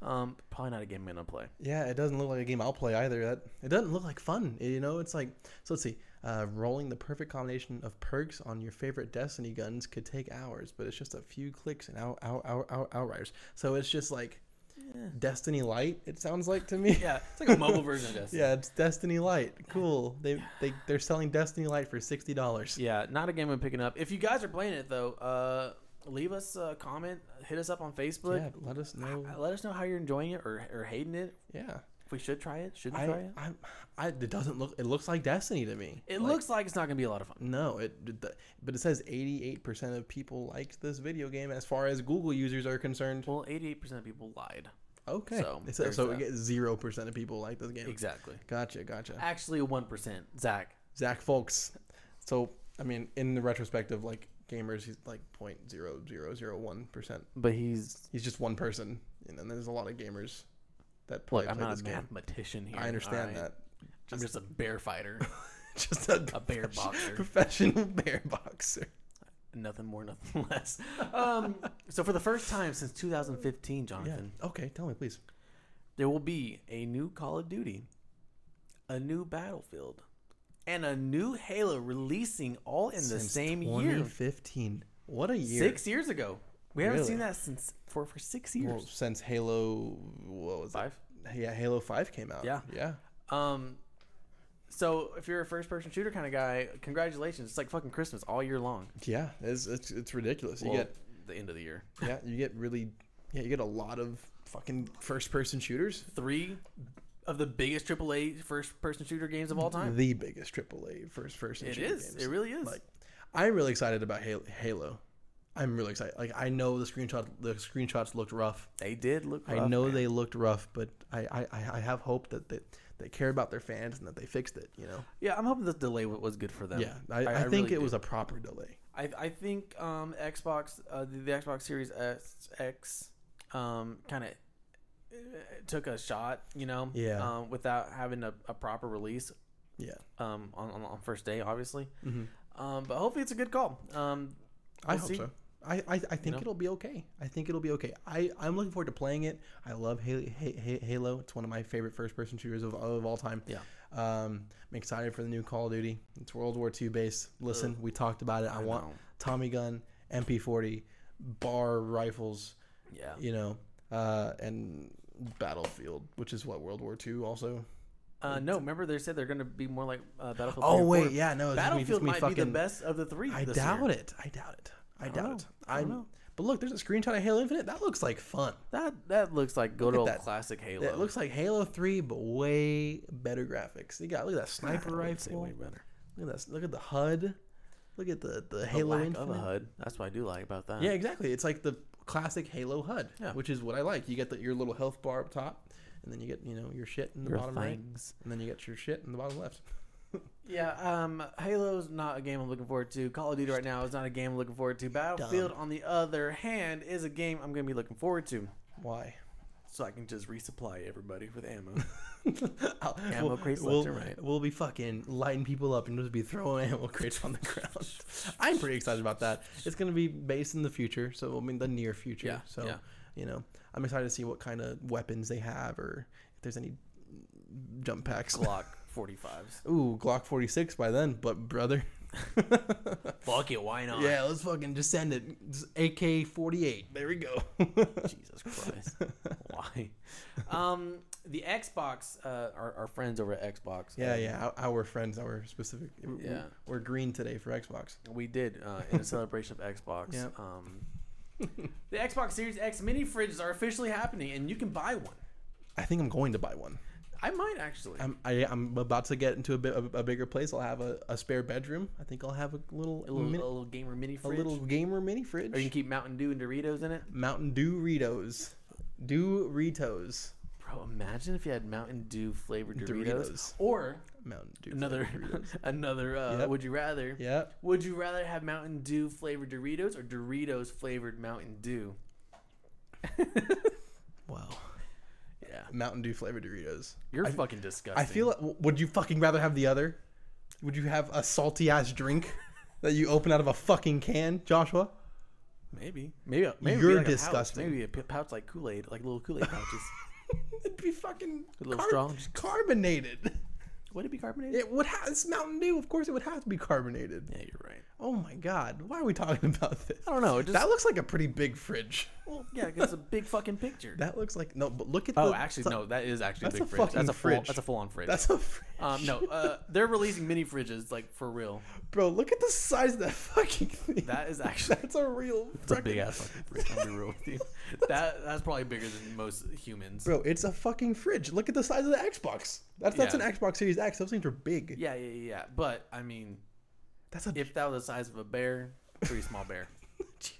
[SPEAKER 2] Um, probably not a game I'm gonna play.
[SPEAKER 1] yeah it doesn't look like a game i'll play either that it doesn't look like fun you know it's like so let's see uh, rolling the perfect combination of perks on your favorite Destiny guns could take hours, but it's just a few clicks and out, out, out, out, outriders. So it's just like Destiny Light. It sounds like to me.
[SPEAKER 2] (laughs) Yeah, it's like a
[SPEAKER 1] (laughs)
[SPEAKER 2] mobile version of Destiny.
[SPEAKER 1] Yeah, it's Destiny Light. Cool. They they they're selling Destiny Light for sixty dollars.
[SPEAKER 2] Yeah, not a game I'm picking up. If you guys are playing it though, uh, leave us a comment. Hit us up on Facebook.
[SPEAKER 1] Yeah, let us know.
[SPEAKER 2] Uh, Let us know how you're enjoying it or, or hating it.
[SPEAKER 1] Yeah,
[SPEAKER 2] If we should try it, shouldn't
[SPEAKER 1] I,
[SPEAKER 2] try it.
[SPEAKER 1] I, I it doesn't look. It looks like Destiny to me.
[SPEAKER 2] It
[SPEAKER 1] Like,
[SPEAKER 2] looks like it's not gonna be a lot of fun.
[SPEAKER 1] no. It it- the- but it says eighty eight percent of people liked this video game as far as Google users are concerned.
[SPEAKER 2] Well, 88% of people lied.
[SPEAKER 1] Okay,
[SPEAKER 2] so
[SPEAKER 1] It says-
[SPEAKER 2] there's
[SPEAKER 1] so
[SPEAKER 2] that.
[SPEAKER 1] we get zero percent of people like this game.
[SPEAKER 2] Exactly.
[SPEAKER 1] Gotcha, gotcha.
[SPEAKER 2] Actually, one percent. Zach,
[SPEAKER 1] Zach Folks. So I mean, in the retrospective, like gamers, he's like point zero zero zero one percent.
[SPEAKER 2] but he's
[SPEAKER 1] He's just one person, and then there's a lot of gamers that play,
[SPEAKER 2] look. I'm
[SPEAKER 1] play
[SPEAKER 2] not
[SPEAKER 1] this
[SPEAKER 2] a
[SPEAKER 1] game.
[SPEAKER 2] mathematician here.
[SPEAKER 1] I understand
[SPEAKER 2] all right?
[SPEAKER 1] that. (laughs)
[SPEAKER 2] I'm just a bear (laughs) fighter,
[SPEAKER 1] Just a,
[SPEAKER 2] a bear boxer,
[SPEAKER 1] professional (laughs) bear boxer.
[SPEAKER 2] nothing more, nothing (laughs) less. Um, so for the first time since 2015,
[SPEAKER 1] Yeah.
[SPEAKER 2] Jonathan,
[SPEAKER 1] Okay, tell me, please.
[SPEAKER 2] there will be a new Call of Duty, a new Battlefield, and a new Halo releasing all in the same year.
[SPEAKER 1] 2015. What a year.
[SPEAKER 2] Six years ago. We haven't
[SPEAKER 1] Really?
[SPEAKER 2] seen that since for for six years.
[SPEAKER 1] Well, since Halo, what was
[SPEAKER 2] Five.
[SPEAKER 1] it? Yeah, Halo Five came out.
[SPEAKER 2] Yeah.
[SPEAKER 1] Yeah.
[SPEAKER 2] Um, so if you're a first person shooter kind of guy, congratulations! It's like fucking Christmas all year long.
[SPEAKER 1] Yeah. It's it's, it's ridiculous. You get
[SPEAKER 2] the end of the year.
[SPEAKER 1] yeah, you get really yeah, you get a lot of fucking first person shooters.
[SPEAKER 2] Three of the biggest AAA first person shooter games of all
[SPEAKER 1] (laughs)
[SPEAKER 2] time.
[SPEAKER 1] The biggest AAA first person
[SPEAKER 2] It
[SPEAKER 1] shooter
[SPEAKER 2] is.
[SPEAKER 1] games.
[SPEAKER 2] It really is.
[SPEAKER 1] Like I'm really excited about Halo. Halo. I'm really excited. Like I know the screenshot the screenshots looked rough.
[SPEAKER 2] They did look.
[SPEAKER 1] I
[SPEAKER 2] rough,
[SPEAKER 1] know
[SPEAKER 2] man.
[SPEAKER 1] they looked rough, but I, I, I I have hope that they, they care about their fans and that they fixed it, you know?
[SPEAKER 2] Yeah, I'm hoping the delay wa- was good for them.
[SPEAKER 1] yeah. I, I, think
[SPEAKER 2] really
[SPEAKER 1] it
[SPEAKER 2] do.
[SPEAKER 1] was a proper delay.
[SPEAKER 2] I, I think um, Xbox, uh, the, the Xbox Series S, X, um, kind of took a shot, you know,
[SPEAKER 1] Yeah.
[SPEAKER 2] um, without having a, a proper release,
[SPEAKER 1] Yeah.
[SPEAKER 2] um, on, on, on first day, obviously.
[SPEAKER 1] Mhm.
[SPEAKER 2] Um, but hopefully, it's a good call. Um,
[SPEAKER 1] I
[SPEAKER 2] We'll
[SPEAKER 1] hope
[SPEAKER 2] see.
[SPEAKER 1] so. I, I, I think
[SPEAKER 2] know?
[SPEAKER 1] it'll be okay. I think it'll be okay. I, I'm looking forward to playing it. I love Halo. Halo. It's one of my favorite first person shooters of, of all time.
[SPEAKER 2] Yeah.
[SPEAKER 1] Um, I'm excited for the new Call of Duty. It's World War II based. Listen, we talked about it. I,
[SPEAKER 2] I
[SPEAKER 1] want
[SPEAKER 2] know.
[SPEAKER 1] Tommy gun, MP40, bar rifles,
[SPEAKER 2] yeah,
[SPEAKER 1] you know, uh, and Battlefield, which is what World War II also.
[SPEAKER 2] uh, no, remember they said they're going to be more like uh, Battlefield.
[SPEAKER 1] Oh
[SPEAKER 2] 3 and
[SPEAKER 1] wait,
[SPEAKER 2] 4.
[SPEAKER 1] yeah, no, it's just me- just
[SPEAKER 2] Battlefield
[SPEAKER 1] me
[SPEAKER 2] might be the
[SPEAKER 1] fucking-
[SPEAKER 2] best of the three.
[SPEAKER 1] I
[SPEAKER 2] this
[SPEAKER 1] doubt
[SPEAKER 2] year.
[SPEAKER 1] it. I doubt it. I doubt
[SPEAKER 2] know.
[SPEAKER 1] it.
[SPEAKER 2] I
[SPEAKER 1] I
[SPEAKER 2] don't
[SPEAKER 1] am
[SPEAKER 2] know.
[SPEAKER 1] But look, there's a screenshot of Halo Infinite. That looks like fun.
[SPEAKER 2] That that looks like good
[SPEAKER 1] at
[SPEAKER 2] old
[SPEAKER 1] that.
[SPEAKER 2] classic Halo.
[SPEAKER 1] It looks like Halo Three, but way better graphics. You got look at that
[SPEAKER 2] I
[SPEAKER 1] sniper
[SPEAKER 2] wouldn't say
[SPEAKER 1] rifle.
[SPEAKER 2] way better.
[SPEAKER 1] Look at that. Look at the HUD. Look at the the
[SPEAKER 2] The
[SPEAKER 1] Halo
[SPEAKER 2] lack
[SPEAKER 1] Infinite.
[SPEAKER 2] of a HUD. That's what I do like about that.
[SPEAKER 1] Yeah, exactly. It's like the classic Halo HUD,
[SPEAKER 2] Yeah.
[SPEAKER 1] which is what I like. You get the, your little health bar up top, and then you get you know your shit in the
[SPEAKER 2] Your
[SPEAKER 1] bottom right,
[SPEAKER 2] things.
[SPEAKER 1] and then you get your shit in the bottom left.
[SPEAKER 2] Yeah, um, Halo's not a game I'm looking forward to. Call of Duty right now is not a game I'm looking forward to. Battlefield, on the other hand, is a game I'm going to be looking forward to.
[SPEAKER 1] Why?
[SPEAKER 2] So I can just resupply everybody with ammo.
[SPEAKER 1] I'll-
[SPEAKER 2] Ammo
[SPEAKER 1] Oh, we'll,
[SPEAKER 2] crates
[SPEAKER 1] we'll,
[SPEAKER 2] left and right.
[SPEAKER 1] We'll be fucking lighting people up and just be throwing (laughs) ammo crates on the ground. (laughs) I'm pretty excited about that. It's gonna be based in the future, so I mean the near future.
[SPEAKER 2] Yeah,
[SPEAKER 1] so
[SPEAKER 2] yeah.
[SPEAKER 1] you know, I'm excited to see what kind of weapons they have or if there's any jump packs.
[SPEAKER 2] Glock 45s.
[SPEAKER 1] Ooh, Glock 46 by then, but brother. (laughs)
[SPEAKER 2] Fuck it, why not?
[SPEAKER 1] Yeah, let's fucking just send it. AK 48. There we go. (laughs)
[SPEAKER 2] Jesus Christ. (laughs) Why? Um, the Xbox, uh, our, our friends over at Xbox.
[SPEAKER 1] yeah,
[SPEAKER 2] uh,
[SPEAKER 1] yeah. Our, our friends, our specific. we-
[SPEAKER 2] Yeah.
[SPEAKER 1] We're green today for Xbox.
[SPEAKER 2] We did uh, in a celebration of Xbox.
[SPEAKER 1] Yep.
[SPEAKER 2] Um, the Xbox Series X mini fridges are officially happening, and you can buy one.
[SPEAKER 1] I think I'm going to buy one.
[SPEAKER 2] I might actually.
[SPEAKER 1] I'm, I, I'm about to get into a, bit, a, a bigger place. I'll have a, a spare bedroom. I think I'll have a little,
[SPEAKER 2] a, little,
[SPEAKER 1] mini-
[SPEAKER 2] a little gamer mini
[SPEAKER 1] a
[SPEAKER 2] fridge.
[SPEAKER 1] little gamer mini fridge.
[SPEAKER 2] Or you can keep Mountain Dew and Doritos in it.
[SPEAKER 1] Mountain Dew Ritos. Dew Ritos.
[SPEAKER 2] Bro, imagine if you had Mountain Dew flavored Doritos.
[SPEAKER 1] Doritos.
[SPEAKER 2] Or
[SPEAKER 1] Mountain Dew.
[SPEAKER 2] another
[SPEAKER 1] flavored Doritos.
[SPEAKER 2] (laughs) another uh,
[SPEAKER 1] Yep.
[SPEAKER 2] would you rather?
[SPEAKER 1] Yep.
[SPEAKER 2] Would you rather have Mountain Dew flavored Doritos or Doritos flavored Mountain Dew?
[SPEAKER 1] Wow.
[SPEAKER 2] Yeah.
[SPEAKER 1] Mountain Dew flavored Doritos.
[SPEAKER 2] You're
[SPEAKER 1] I-
[SPEAKER 2] fucking disgusting.
[SPEAKER 1] I feel. like- Would you fucking rather have the other? Would you have a salty ass (laughs) drink that you open out of a fucking can, Joshua?
[SPEAKER 2] maybe. Maybe, maybe
[SPEAKER 1] You're
[SPEAKER 2] a pouch.
[SPEAKER 1] disgusting.
[SPEAKER 2] Maybe a p- pouch like Kool-Aid, like
[SPEAKER 1] (laughs)
[SPEAKER 2] little Kool-Aid pouches.
[SPEAKER 1] It'd be fucking
[SPEAKER 2] A little
[SPEAKER 1] car-
[SPEAKER 2] strong.
[SPEAKER 1] carbonated.
[SPEAKER 2] would it be carbonated?
[SPEAKER 1] It would have. It's Mountain Dew. Of course, it would have to be carbonated.
[SPEAKER 2] Yeah, you're right.
[SPEAKER 1] Oh my god, why are we talking (laughs) about this?
[SPEAKER 2] I don't know. It just
[SPEAKER 1] That looks like a pretty big fridge.
[SPEAKER 2] well, yeah, 'cause it's a big fucking picture.
[SPEAKER 1] That looks like no, but look at
[SPEAKER 2] oh,
[SPEAKER 1] the.
[SPEAKER 2] actually,
[SPEAKER 1] so-
[SPEAKER 2] no. That is actually
[SPEAKER 1] That's
[SPEAKER 2] a big
[SPEAKER 1] a
[SPEAKER 2] fridge.
[SPEAKER 1] fucking
[SPEAKER 2] That's a full.
[SPEAKER 1] fridge.
[SPEAKER 2] That's a full-on fridge.
[SPEAKER 1] That's a fridge. (laughs)
[SPEAKER 2] Um, no, uh, they're releasing mini fridges like for real.
[SPEAKER 1] bro, look at the size of that
[SPEAKER 2] (laughs)
[SPEAKER 1] fucking thing.
[SPEAKER 2] That is actually
[SPEAKER 1] (laughs) That's a real.
[SPEAKER 2] it's a
[SPEAKER 1] fucking-
[SPEAKER 2] big ass (laughs) fucking fridge. I'll be real with you. That that's probably bigger than most humans.
[SPEAKER 1] Bro, it's a fucking fridge. Look at the size of the Xbox. That's that's
[SPEAKER 2] Yeah.
[SPEAKER 1] an Xbox Series X. Those things are big.
[SPEAKER 2] Yeah, yeah, yeah. yeah. But I mean,
[SPEAKER 1] That's a
[SPEAKER 2] if that was the size of a bear, pretty small
[SPEAKER 1] (laughs)
[SPEAKER 2] bear. (laughs)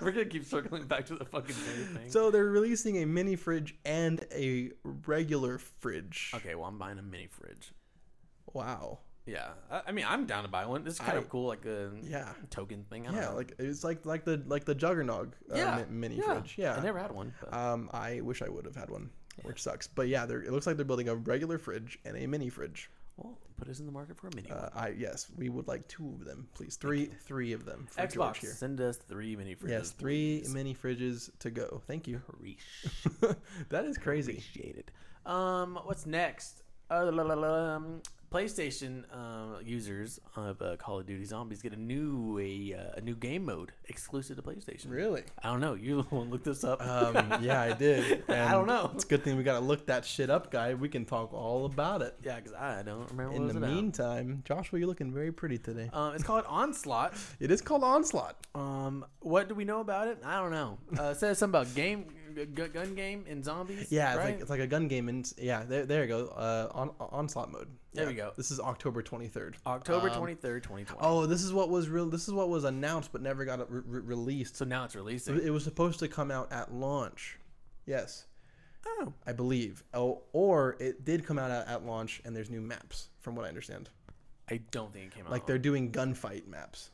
[SPEAKER 2] We're gonna keep circling back to the fucking bear thing.
[SPEAKER 1] So they're releasing a mini fridge and a regular fridge.
[SPEAKER 2] okay, well I'm buying a mini fridge.
[SPEAKER 1] Wow.
[SPEAKER 2] Yeah, I, I mean I'm down to buy one. It's kind
[SPEAKER 1] I-
[SPEAKER 2] of cool, like a
[SPEAKER 1] Yeah.
[SPEAKER 2] token thing. I don't
[SPEAKER 1] Yeah,
[SPEAKER 2] know.
[SPEAKER 1] like it's like like the like the Juggernog uh, mi- mini fridge. Yeah.
[SPEAKER 2] I never had one. But.
[SPEAKER 1] um, I wish I would have had one, which sucks. But yeah, they're, it looks like they're building a regular fridge and a mini fridge.
[SPEAKER 2] well, put us in the market for a mini. one.
[SPEAKER 1] Uh, I yes, we would like two of them, please. Three, three of them for
[SPEAKER 2] Xbox,
[SPEAKER 1] George here.
[SPEAKER 2] send us three mini fridges.
[SPEAKER 1] Yes, three mini fridges to go. Thank you.
[SPEAKER 2] Appreciate
[SPEAKER 1] (laughs) that is crazy.
[SPEAKER 2] it. Um, what's next? Uh, la, la, la, um, PlayStation uh, users of uh, Call of Duty Zombies get a new a, uh, a new game mode exclusive to PlayStation.
[SPEAKER 1] Really?
[SPEAKER 2] I don't know. You (laughs) want to look this up?
[SPEAKER 1] Um, yeah, I did.
[SPEAKER 2] I don't
[SPEAKER 1] and
[SPEAKER 2] know.
[SPEAKER 1] It's a good thing we got to look that shit up, guy. We can talk all about it.
[SPEAKER 2] (laughs) yeah, because I don't remember.
[SPEAKER 1] In the
[SPEAKER 2] what it was about.
[SPEAKER 1] meantime, Joshua, you're looking very pretty today.
[SPEAKER 2] Um, it's called Onslaught.
[SPEAKER 1] It is called Onslaught.
[SPEAKER 2] Um, what do we know about it? I don't know. Uh, it says something about game gu- gu- gun game and zombies.
[SPEAKER 1] Yeah, it's
[SPEAKER 2] right?
[SPEAKER 1] like it's like a gun game, and yeah, there, there you go. Uh, on onslaught mode.
[SPEAKER 2] There
[SPEAKER 1] Yeah.
[SPEAKER 2] we go.
[SPEAKER 1] This is October twenty third.
[SPEAKER 2] October
[SPEAKER 1] um,
[SPEAKER 2] twenty third, twenty twenty.
[SPEAKER 1] Oh, this is what was real. This is what was announced but never got re- re- released.
[SPEAKER 2] so now it's releasing.
[SPEAKER 1] It was supposed to come out at launch. Yes,
[SPEAKER 2] Oh,
[SPEAKER 1] I believe. Oh, or it did come out at, at launch, and there's new maps, from what I understand.
[SPEAKER 2] I don't think it came out.
[SPEAKER 1] Like they're doing gunfight maps.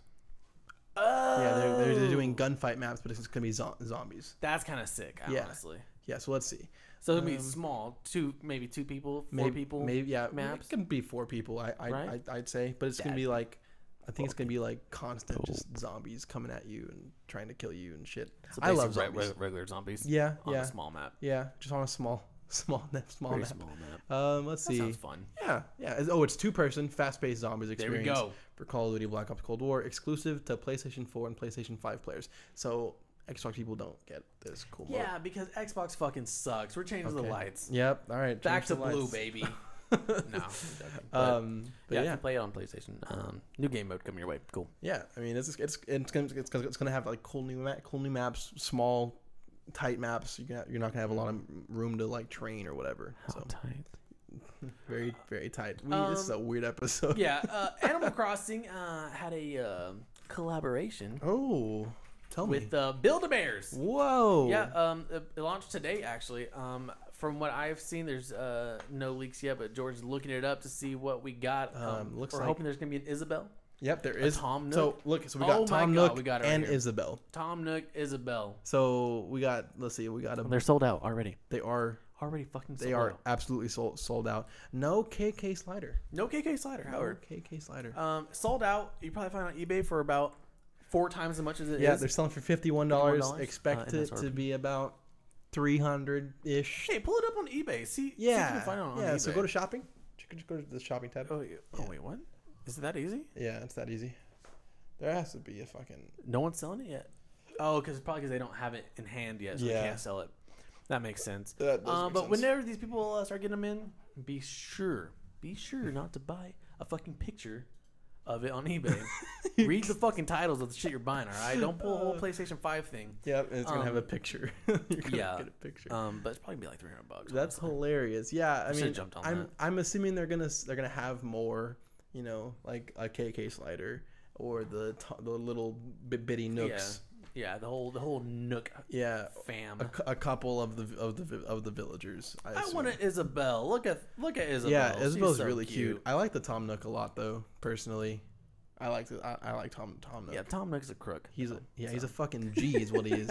[SPEAKER 2] oh,
[SPEAKER 1] Yeah, they're, they're, they're doing gunfight maps, but it's gonna be zo- zombies.
[SPEAKER 2] That's kind of sick,
[SPEAKER 1] Yeah.
[SPEAKER 2] honestly.
[SPEAKER 1] Yeah, so let's see.
[SPEAKER 2] So it'll be small, two maybe two people, four
[SPEAKER 1] maybe,
[SPEAKER 2] people.
[SPEAKER 1] Um, Maybe yeah,
[SPEAKER 2] maps?
[SPEAKER 1] It can be four people. I I
[SPEAKER 2] Right?
[SPEAKER 1] I, I'd say, but it's gonna
[SPEAKER 2] Yeah.
[SPEAKER 1] be like, I think it's gonna be like constant just zombies coming at you and trying to kill you and shit.
[SPEAKER 2] So
[SPEAKER 1] I love
[SPEAKER 2] basically
[SPEAKER 1] zombies.
[SPEAKER 2] re- re- regular zombies.
[SPEAKER 1] yeah,
[SPEAKER 2] on
[SPEAKER 1] yeah,
[SPEAKER 2] a small map.
[SPEAKER 1] yeah. Just on a small, (laughs) small, map- small
[SPEAKER 2] Very
[SPEAKER 1] map.
[SPEAKER 2] small map.
[SPEAKER 1] Um, let's
[SPEAKER 2] That
[SPEAKER 1] see.
[SPEAKER 2] sounds fun.
[SPEAKER 1] Yeah, yeah. It's- Oh, it's two person, fast paced zombies
[SPEAKER 2] There we
[SPEAKER 1] experience.
[SPEAKER 2] go.
[SPEAKER 1] For Call of Duty Black Ops Cold War, exclusive to PlayStation 4 and PlayStation 5 players. So Xbox people don't get this cool. mode.
[SPEAKER 2] Yeah, because Xbox fucking sucks. We're changing the
[SPEAKER 1] Okay.
[SPEAKER 2] lights.
[SPEAKER 1] Yep. All right.
[SPEAKER 2] Back
[SPEAKER 1] change
[SPEAKER 2] to
[SPEAKER 1] the
[SPEAKER 2] blue,
[SPEAKER 1] lights. (laughs)
[SPEAKER 2] baby. no, I'm joking. But,
[SPEAKER 1] Um, but
[SPEAKER 2] yeah,
[SPEAKER 1] yeah,
[SPEAKER 2] if you play it on PlayStation. Um, new game mode coming your way. Cool.
[SPEAKER 1] Yeah, I mean it's it's it's gonna it's, gonna- it's gonna have like cool new ma- cool new maps, small, tight maps. You can, you're not gonna have a lot of room to like train or whatever. So very very tight. We, this is a weird episode.
[SPEAKER 2] Um, yeah, uh, Animal Crossing uh, had a uh, collaboration
[SPEAKER 1] (laughs) Oh, tell me.
[SPEAKER 2] with uh, Build a Bears.
[SPEAKER 1] Whoa.
[SPEAKER 2] Yeah, um, it it launched today actually. Um, from what I've seen, there's uh, no leaks yet, but George's looking it up to see what we got. Um,
[SPEAKER 1] Um, looks
[SPEAKER 2] we're
[SPEAKER 1] like-
[SPEAKER 2] hoping there's gonna be an Isabel,
[SPEAKER 1] Yep. There is
[SPEAKER 2] Tom
[SPEAKER 1] So
[SPEAKER 2] Nook?
[SPEAKER 1] look, so we
[SPEAKER 2] Oh
[SPEAKER 1] got
[SPEAKER 2] my
[SPEAKER 1] Tom
[SPEAKER 2] God,
[SPEAKER 1] Nook
[SPEAKER 2] we got it right
[SPEAKER 1] and
[SPEAKER 2] here.
[SPEAKER 1] Isabel.
[SPEAKER 2] Tom Nook, Isabel.
[SPEAKER 1] So we got let's see, we got a
[SPEAKER 2] They're sold out already.
[SPEAKER 1] they are
[SPEAKER 2] Already fucking sold
[SPEAKER 1] they are
[SPEAKER 2] out.
[SPEAKER 1] absolutely sold sold out. No KK slider.
[SPEAKER 2] No KK Slider,
[SPEAKER 1] No
[SPEAKER 2] Howard.
[SPEAKER 1] KK slider.
[SPEAKER 2] Um, sold out. You probably find it on eBay for about four times as much as it is.
[SPEAKER 1] Yeah, they're selling for fifty one dollars.
[SPEAKER 2] $51,
[SPEAKER 1] Expect
[SPEAKER 2] uh,
[SPEAKER 1] it to
[SPEAKER 2] MSRP.
[SPEAKER 1] be about three hundred ish.
[SPEAKER 2] Hey, pull it up on eBay. See, see if you
[SPEAKER 1] Yeah,
[SPEAKER 2] can find it on
[SPEAKER 1] yeah.
[SPEAKER 2] eBay.
[SPEAKER 1] So go to shopping. Ch- Just go to the shopping tab.
[SPEAKER 2] Oh, yeah. oh wait, what? Is it that easy?
[SPEAKER 1] Yeah, it's that easy. There has to be a fucking
[SPEAKER 2] No one's selling it yet. Oh, because probably because they don't have it in hand yet, so
[SPEAKER 1] Yeah.
[SPEAKER 2] they can't sell it. That makes sense.
[SPEAKER 1] That does
[SPEAKER 2] Uh,
[SPEAKER 1] make
[SPEAKER 2] but
[SPEAKER 1] sense.
[SPEAKER 2] whenever these people uh, start getting them in, be sure, be sure not to buy a fucking picture of it on eBay.
[SPEAKER 1] (laughs)
[SPEAKER 2] Read the fucking titles of the shit you're buying. All right, don't pull a
[SPEAKER 1] Uh.
[SPEAKER 2] whole PlayStation Five thing.
[SPEAKER 1] yeah. and It's gonna have a
[SPEAKER 2] Um,
[SPEAKER 1] picture. (laughs) You're gonna
[SPEAKER 2] yeah.
[SPEAKER 1] get a picture.
[SPEAKER 2] Um, but it's probably gonna be like three hundred bucks.
[SPEAKER 1] That's hilarious. Yeah, I
[SPEAKER 2] should've
[SPEAKER 1] mean,
[SPEAKER 2] jumped on
[SPEAKER 1] I'm
[SPEAKER 2] that.
[SPEAKER 1] I'm assuming they're gonna s- they're gonna have more, you know, like a KK slider or the to the little bit bitty nooks.
[SPEAKER 2] Yeah, yeah. The whole the whole Nook
[SPEAKER 1] Yeah,
[SPEAKER 2] fam.
[SPEAKER 1] A, cou- a couple of the of the of the villagers. I,
[SPEAKER 2] I
[SPEAKER 1] assume.
[SPEAKER 2] want an Isabel. Look at look at Isabel.
[SPEAKER 1] Yeah,
[SPEAKER 2] She's
[SPEAKER 1] Isabel's
[SPEAKER 2] so
[SPEAKER 1] really cute. I like the Tom Nook a lot though, personally. I like the, I, I like Tom Tom Nook.
[SPEAKER 2] Yeah, Tom Nook's a crook.
[SPEAKER 1] He's a yeah, he's a fucking G is what he
[SPEAKER 2] (laughs)
[SPEAKER 1] is.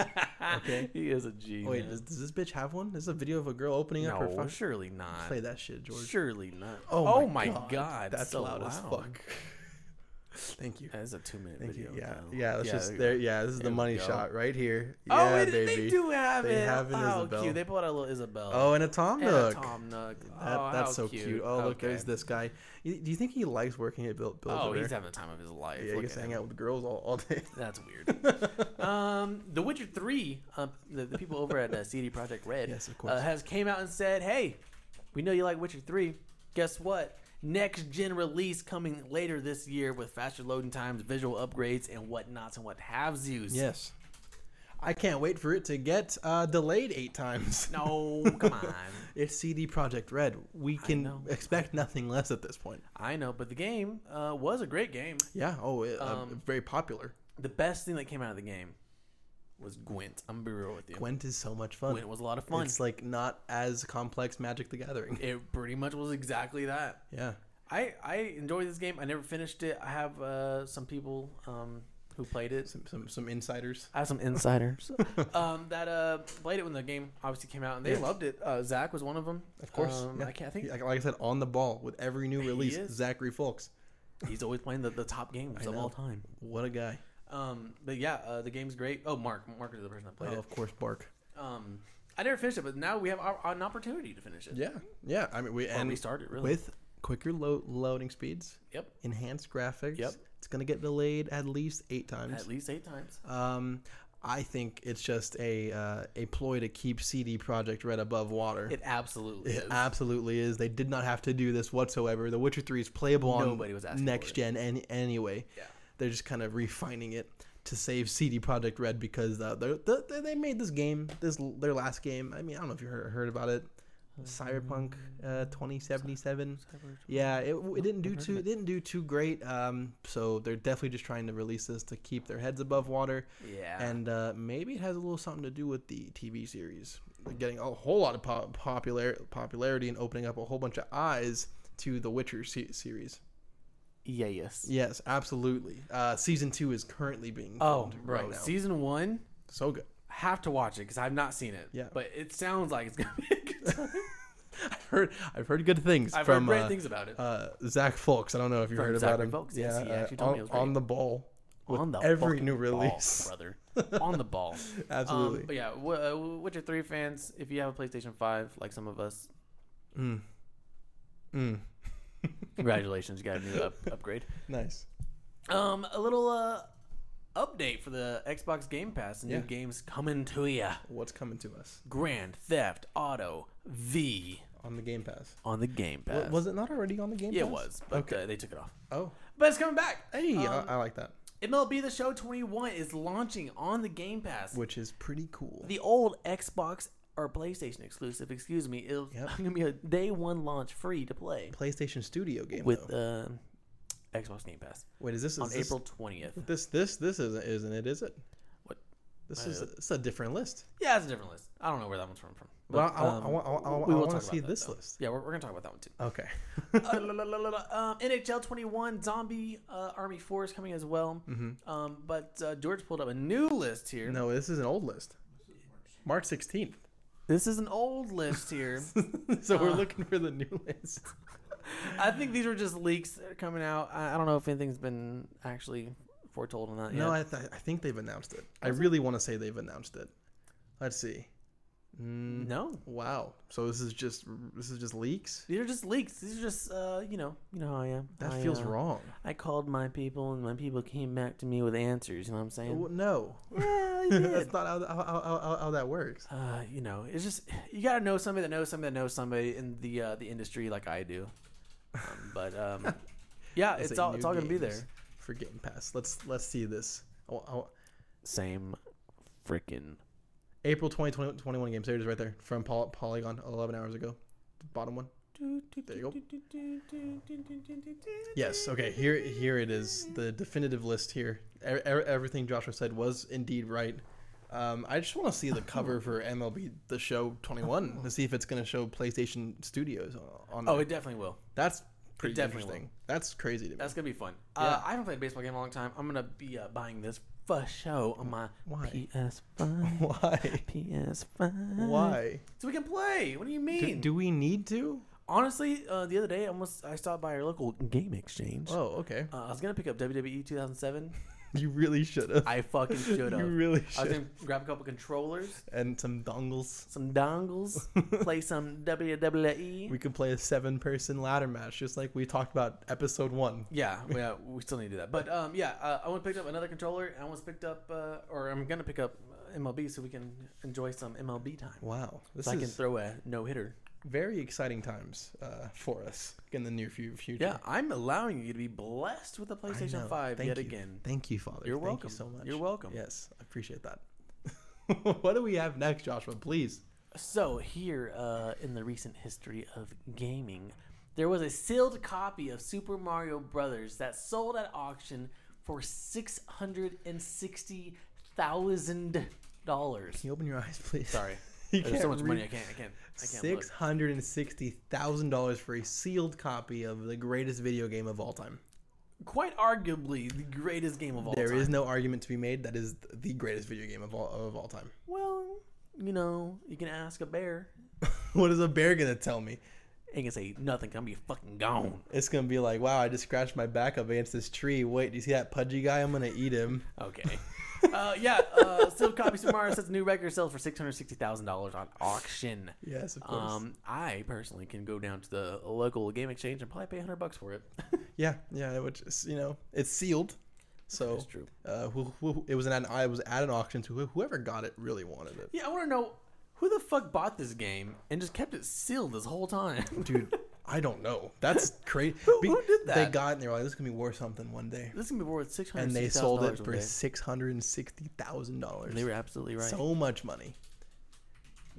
[SPEAKER 1] Okay.
[SPEAKER 2] he is a G.
[SPEAKER 1] Wait,
[SPEAKER 2] man.
[SPEAKER 1] does, does this bitch have one? This is a video of a girl opening up her
[SPEAKER 2] no,
[SPEAKER 1] phone.
[SPEAKER 2] surely not.
[SPEAKER 1] Play that shit, George.
[SPEAKER 2] Surely not.
[SPEAKER 1] Oh
[SPEAKER 2] Oh
[SPEAKER 1] my
[SPEAKER 2] my,
[SPEAKER 1] God,
[SPEAKER 2] god.
[SPEAKER 1] That's
[SPEAKER 2] so
[SPEAKER 1] loud, as fuck. (laughs) Thank you.
[SPEAKER 2] That is a two minute
[SPEAKER 1] Thank
[SPEAKER 2] video.
[SPEAKER 1] you. Yeah,
[SPEAKER 2] though.
[SPEAKER 1] yeah. That's
[SPEAKER 2] we-
[SPEAKER 1] just there. Yeah, this is the
[SPEAKER 2] There we
[SPEAKER 1] money
[SPEAKER 2] go.
[SPEAKER 1] shot right here.
[SPEAKER 2] Oh,
[SPEAKER 1] yeah,
[SPEAKER 2] wait, they do have
[SPEAKER 1] They
[SPEAKER 2] it.
[SPEAKER 1] have an
[SPEAKER 2] oh,
[SPEAKER 1] Isabel.
[SPEAKER 2] cute. They pulled out a little Isabel.
[SPEAKER 1] Oh, and a Tom
[SPEAKER 2] and
[SPEAKER 1] Nook.
[SPEAKER 2] a Tom Nook.
[SPEAKER 1] That,
[SPEAKER 2] oh,
[SPEAKER 1] that's
[SPEAKER 2] how
[SPEAKER 1] so cute. Oh, look, there's
[SPEAKER 2] Okay.
[SPEAKER 1] this guy. You- Do you think he likes working at Bill? Bill
[SPEAKER 2] Oh,
[SPEAKER 1] Bear?
[SPEAKER 2] he's having the time of his life.
[SPEAKER 1] yeah, he
[SPEAKER 2] Look
[SPEAKER 1] gets
[SPEAKER 2] at
[SPEAKER 1] to hang
[SPEAKER 2] him.
[SPEAKER 1] out with girls all, all
[SPEAKER 2] (laughs)
[SPEAKER 1] day.
[SPEAKER 2] That's
[SPEAKER 1] (laughs)
[SPEAKER 2] weird. um, the Witcher Three, uh, the, the people over at uh, CD Projekt Red,
[SPEAKER 1] Yes, of course.
[SPEAKER 2] uh, has came out and said, "Hey, we know you like Witcher Three. Guess what? Next gen release coming later this year with faster loading times, visual upgrades, and whatnots and what haves yous.
[SPEAKER 1] Yes. I can't wait for it to get uh, delayed eight times. (laughs)
[SPEAKER 2] No, come on.
[SPEAKER 1] It's CD Project Red. We can
[SPEAKER 2] know.
[SPEAKER 1] expect nothing less at this point.
[SPEAKER 2] I know, but the game uh, was a great game.
[SPEAKER 1] Yeah. Oh, it, uh,
[SPEAKER 2] Um,
[SPEAKER 1] very popular.
[SPEAKER 2] The best thing that came out of the game was Gwent. I'm gonna be real with you. Gwent,
[SPEAKER 1] Gwent is so much fun.
[SPEAKER 2] was a lot of fun.
[SPEAKER 1] It's like not as complex Magic the Gathering.
[SPEAKER 2] it pretty much was exactly that.
[SPEAKER 1] Yeah.
[SPEAKER 2] I I enjoy this game. I never finished it. I have uh, some people um, who played it.
[SPEAKER 1] Some some, some insiders.
[SPEAKER 2] I have
[SPEAKER 1] (laughs)
[SPEAKER 2] some insiders um, that uh, played it when the game obviously came out, and they
[SPEAKER 1] Yes.
[SPEAKER 2] loved it. Uh, Zach was one of them.
[SPEAKER 1] Of course.
[SPEAKER 2] um,
[SPEAKER 1] yeah.
[SPEAKER 2] I, can't, I think
[SPEAKER 1] Like, like I said, on the ball with every new release,
[SPEAKER 2] is.
[SPEAKER 1] Zachary Fulks.
[SPEAKER 2] he's always playing the, the top games
[SPEAKER 1] I
[SPEAKER 2] of
[SPEAKER 1] know.
[SPEAKER 2] all time.
[SPEAKER 1] What a guy.
[SPEAKER 2] Um, but yeah, uh, the game's great. Oh, Mark, Mark is the person that
[SPEAKER 1] Oh,
[SPEAKER 2] played
[SPEAKER 1] of course, Bark.
[SPEAKER 2] it. Um, I never finished it, but now we have our, an opportunity to finish it.
[SPEAKER 1] Yeah. Yeah. I mean, we
[SPEAKER 2] and
[SPEAKER 1] and
[SPEAKER 2] we started really.
[SPEAKER 1] with quicker lo- loading speeds,
[SPEAKER 2] yep,
[SPEAKER 1] enhanced graphics.
[SPEAKER 2] Yep.
[SPEAKER 1] It's gonna get delayed at least eight times.
[SPEAKER 2] at least eight times.
[SPEAKER 1] Um, I think it's just a uh, a ploy to keep CD Project Red above water.
[SPEAKER 2] It absolutely
[SPEAKER 1] It
[SPEAKER 2] is.
[SPEAKER 1] absolutely is. They did not have to do this whatsoever. The Witcher Three is playable on
[SPEAKER 2] Nobody was asking for
[SPEAKER 1] next
[SPEAKER 2] it.
[SPEAKER 1] gen any, anyway.
[SPEAKER 2] Yeah.
[SPEAKER 1] They're just kind of refining it. to save CD Project Red because uh, they're, they they made this game, this their last game. I mean, I don't know if you heard, heard about it, Cyberpunk
[SPEAKER 2] Mm.
[SPEAKER 1] uh, 2077. Yeah, it, w- it didn't do
[SPEAKER 2] never heard of
[SPEAKER 1] too
[SPEAKER 2] it.
[SPEAKER 1] it didn't do too great. Um, so they're definitely just trying to release this to keep their heads above water,
[SPEAKER 2] Yeah.
[SPEAKER 1] and uh, maybe it has a little something to do with the TV series They're getting a whole lot of pop- popular popularity and opening up a whole bunch of eyes to the Witcher se- series.
[SPEAKER 2] yeah. Yes.
[SPEAKER 1] Yes, absolutely. Uh, season two is currently being
[SPEAKER 2] Oh,
[SPEAKER 1] filmed
[SPEAKER 2] bro.
[SPEAKER 1] right now.
[SPEAKER 2] Season one.
[SPEAKER 1] so good. (laughs)
[SPEAKER 2] Have to watch it because I've not seen it.
[SPEAKER 1] Yeah.
[SPEAKER 2] But it sounds like it's gonna be a good time.
[SPEAKER 1] I've heard I've heard good things
[SPEAKER 2] I've
[SPEAKER 1] from
[SPEAKER 2] heard great
[SPEAKER 1] uh,
[SPEAKER 2] things about it.
[SPEAKER 1] uh, Zach Fulks. I don't know if you
[SPEAKER 2] From
[SPEAKER 1] heard about
[SPEAKER 2] Zachary
[SPEAKER 1] him.
[SPEAKER 2] Fulks, yes, he actually
[SPEAKER 1] uh,
[SPEAKER 2] told
[SPEAKER 1] on,
[SPEAKER 2] me it was
[SPEAKER 1] on
[SPEAKER 2] great.
[SPEAKER 1] the ball. with
[SPEAKER 2] on the
[SPEAKER 1] every
[SPEAKER 2] fucking
[SPEAKER 1] new
[SPEAKER 2] ball,
[SPEAKER 1] release. (laughs)
[SPEAKER 2] brother. on the ball.
[SPEAKER 1] Absolutely.
[SPEAKER 2] Um, but yeah, w- uh, Witcher Three fans, if you have a PlayStation Five, like some of us,
[SPEAKER 1] Mm. Mm.
[SPEAKER 2] congratulations, you got a new
[SPEAKER 1] (laughs)
[SPEAKER 2] up- upgrade.
[SPEAKER 1] Nice.
[SPEAKER 2] Um, a little uh update for the Xbox Game Pass. and
[SPEAKER 1] Yeah.
[SPEAKER 2] New games coming to ya.
[SPEAKER 1] What's coming to us
[SPEAKER 2] Grand Theft Auto V
[SPEAKER 1] on the Game Pass?
[SPEAKER 2] on the Game Pass.
[SPEAKER 1] W- was it not already on the Game
[SPEAKER 2] yeah,
[SPEAKER 1] Pass?
[SPEAKER 2] it was, but uh, they took it off.
[SPEAKER 1] Oh,
[SPEAKER 2] But it's coming back.
[SPEAKER 1] hey, I-
[SPEAKER 2] Um,
[SPEAKER 1] I, like that.
[SPEAKER 2] MLB The Show 21 is launching on the Game Pass.
[SPEAKER 1] Which is pretty cool.
[SPEAKER 2] the old Xbox or PlayStation exclusive, excuse me, it was (laughs)
[SPEAKER 1] Yep.
[SPEAKER 2] gonna be a day one launch free to play
[SPEAKER 1] PlayStation Studio game.
[SPEAKER 2] with
[SPEAKER 1] though.
[SPEAKER 2] uh, Xbox Game Pass
[SPEAKER 1] Wait, is this is
[SPEAKER 2] on
[SPEAKER 1] this,
[SPEAKER 2] April 20th.
[SPEAKER 1] This this this isn't isn't it? Is it?
[SPEAKER 2] What?
[SPEAKER 1] This
[SPEAKER 2] Uh,
[SPEAKER 1] is a, it's a different list.
[SPEAKER 2] Yeah, it's a different list. I don't know where that one's from. from.
[SPEAKER 1] Well,
[SPEAKER 2] But,
[SPEAKER 1] I, I,
[SPEAKER 2] um,
[SPEAKER 1] wa- I, wa- I, wa-
[SPEAKER 2] we
[SPEAKER 1] I
[SPEAKER 2] will
[SPEAKER 1] want
[SPEAKER 2] talk
[SPEAKER 1] to
[SPEAKER 2] about
[SPEAKER 1] see
[SPEAKER 2] that,
[SPEAKER 1] this
[SPEAKER 2] though.
[SPEAKER 1] list.
[SPEAKER 2] Yeah, we're, we're gonna talk about
[SPEAKER 1] (laughs)
[SPEAKER 2] that one too.
[SPEAKER 1] Okay.
[SPEAKER 2] Uh, la, la, la, la, la, um, NHL 21 Zombie uh, Army 4 is coming as well. Um, but uh, George pulled up a new list here.
[SPEAKER 1] Mm-hmm. no, this is an old list. March sixteenth. (laughs)
[SPEAKER 2] This is an old list here.
[SPEAKER 1] so
[SPEAKER 2] Ah.
[SPEAKER 1] we're looking for the new list.
[SPEAKER 2] I think these are just leaks that are coming out. I, I don't know if anything's been actually foretold on that yet.
[SPEAKER 1] No, I, th- I think they've announced it. I really want to say they've announced it. Let's see. Mm,
[SPEAKER 2] no.
[SPEAKER 1] Wow. So this is just this is just leaks.
[SPEAKER 2] These are just leaks. These are just, uh, you know, you know how I am.
[SPEAKER 1] That
[SPEAKER 2] I,
[SPEAKER 1] feels
[SPEAKER 2] uh,
[SPEAKER 1] wrong.
[SPEAKER 2] I called my people, and my people came back to me with answers. You know what I'm saying?
[SPEAKER 1] W-
[SPEAKER 2] (laughs)
[SPEAKER 1] No,
[SPEAKER 2] Yeah, they did.
[SPEAKER 1] (laughs) that's not how, how, how, how, how that works.
[SPEAKER 2] Uh, you know, it's just you gotta know somebody that knows somebody that knows somebody in the uh, the industry like I do. Um,
[SPEAKER 1] (laughs)
[SPEAKER 2] but um, yeah,
[SPEAKER 1] Let's
[SPEAKER 2] it's
[SPEAKER 1] say
[SPEAKER 2] all it's
[SPEAKER 1] new
[SPEAKER 2] all gonna be
[SPEAKER 1] games
[SPEAKER 2] there.
[SPEAKER 1] for Game Pass. Let's let's see this. I wa- I wa-
[SPEAKER 2] Same freaking.
[SPEAKER 1] April 2021 21 games. There it is, right there from Poly- Polygon, 11 hours ago. Bottom one.
[SPEAKER 2] There
[SPEAKER 1] you Yes. Okay. Here, here it is. The definitive list here. E- e- everything Joshua said was indeed right. Um, I just want to see
[SPEAKER 2] (laughs)
[SPEAKER 1] the cover for MLB The Show 21 to see if it's going to show PlayStation Studios on.
[SPEAKER 2] Oh,
[SPEAKER 1] there.
[SPEAKER 2] it definitely will.
[SPEAKER 1] that's pretty
[SPEAKER 2] definitely
[SPEAKER 1] interesting. That's crazy to me.
[SPEAKER 2] That's gonna be fun.
[SPEAKER 1] Yeah.
[SPEAKER 2] Uh, I haven't played a baseball game in a long time. I'm gonna be uh, buying this for show on my
[SPEAKER 1] Why? (laughs) (laughs)
[SPEAKER 2] PS5.
[SPEAKER 1] Why?
[SPEAKER 2] PS5.
[SPEAKER 1] Why?
[SPEAKER 2] So we can play. What do you
[SPEAKER 1] Do,
[SPEAKER 2] mean?
[SPEAKER 1] do we need to?
[SPEAKER 2] Honestly, uh, the other day, I almost I stopped by our local game exchange.
[SPEAKER 1] Oh, okay.
[SPEAKER 2] Uh, I was gonna pick up
[SPEAKER 1] (laughs)
[SPEAKER 2] WWE 2007.
[SPEAKER 1] You really should have.
[SPEAKER 2] I fucking should
[SPEAKER 1] You
[SPEAKER 2] have.
[SPEAKER 1] really
[SPEAKER 2] I
[SPEAKER 1] should.
[SPEAKER 2] was gonna grab a couple controllers,
[SPEAKER 1] and some dongles. (laughs)
[SPEAKER 2] some dongles, play some E. WWE.
[SPEAKER 1] We could play a seven-person ladder match, just like we talked about episode one.
[SPEAKER 2] yeah, we- yeah, we still need to do that. But um, yeah, uh, I went and picked up another controller. and I almost picked up, uh, or I'm gonna pick up uh, MLB so we can enjoy some MLB time.
[SPEAKER 1] Wow, this
[SPEAKER 2] So I
[SPEAKER 1] is
[SPEAKER 2] can throw a no hitter.
[SPEAKER 1] very exciting times uh, for us in the near fu- future.
[SPEAKER 2] Yeah, I'm allowing you to be blessed with a
[SPEAKER 1] I
[SPEAKER 2] PlayStation
[SPEAKER 1] know.
[SPEAKER 2] 5
[SPEAKER 1] Thank
[SPEAKER 2] yet
[SPEAKER 1] you.
[SPEAKER 2] again.
[SPEAKER 1] Thank you, Father.
[SPEAKER 2] You're
[SPEAKER 1] Thank
[SPEAKER 2] welcome.
[SPEAKER 1] You so much.
[SPEAKER 2] You're welcome.
[SPEAKER 1] Yes, I appreciate that. (laughs) what do we have next, Joshua? Please.
[SPEAKER 2] So here, uh, in the recent history of gaming, there was a sealed copy of Super Mario Brothers that sold at auction for six hundred and sixty thousand dollars.
[SPEAKER 1] Can you open your eyes, please?
[SPEAKER 2] Sorry,
[SPEAKER 1] (laughs) You
[SPEAKER 2] there's
[SPEAKER 1] can't
[SPEAKER 2] so much
[SPEAKER 1] read-
[SPEAKER 2] money. I can't. I can't. I can't.
[SPEAKER 1] Six
[SPEAKER 2] Look.
[SPEAKER 1] hundred and sixty thousand dollars for a sealed copy of the greatest video game of all time.
[SPEAKER 2] Quite arguably, the greatest game of all
[SPEAKER 1] There is
[SPEAKER 2] time.
[SPEAKER 1] no argument to be made. That is the greatest video game of all of all time. (laughs)
[SPEAKER 2] Well, you know, you can ask a bear.
[SPEAKER 1] what is a bear gonna tell me?
[SPEAKER 2] It can say nothing. I'm be fucking gone.
[SPEAKER 1] It's gonna be like, wow, I just scratched my back up against this tree. Wait, do you see that pudgy guy? I'm gonna eat him. (laughs)
[SPEAKER 2] Okay. uh, yeah. Uh, sealed copy Super Mario sets a new record sales for six hundred sixty thousand dollars on auction.
[SPEAKER 1] Yes, of course.
[SPEAKER 2] Um, I personally can go down to the local game exchange and probably pay hundred bucks for it. (laughs)
[SPEAKER 1] Yeah, yeah, which is you know it's sealed, so
[SPEAKER 2] That's true.
[SPEAKER 1] Uh, who, who, it was an I was at an auction, so who- whoever got it really wanted
[SPEAKER 2] (laughs)
[SPEAKER 1] it.
[SPEAKER 2] yeah, I want to know who the fuck bought this game and just kept it sealed this whole time. (laughs)
[SPEAKER 1] Dude, I don't know. That's crazy.
[SPEAKER 2] Who- who did
[SPEAKER 1] They
[SPEAKER 2] that?
[SPEAKER 1] got it and they were like, this is going to be worth something one day.
[SPEAKER 2] This is gonna be worth six hundred.
[SPEAKER 1] And they sold it for
[SPEAKER 2] Day.
[SPEAKER 1] $660,000.
[SPEAKER 2] They were absolutely right.
[SPEAKER 1] So much money.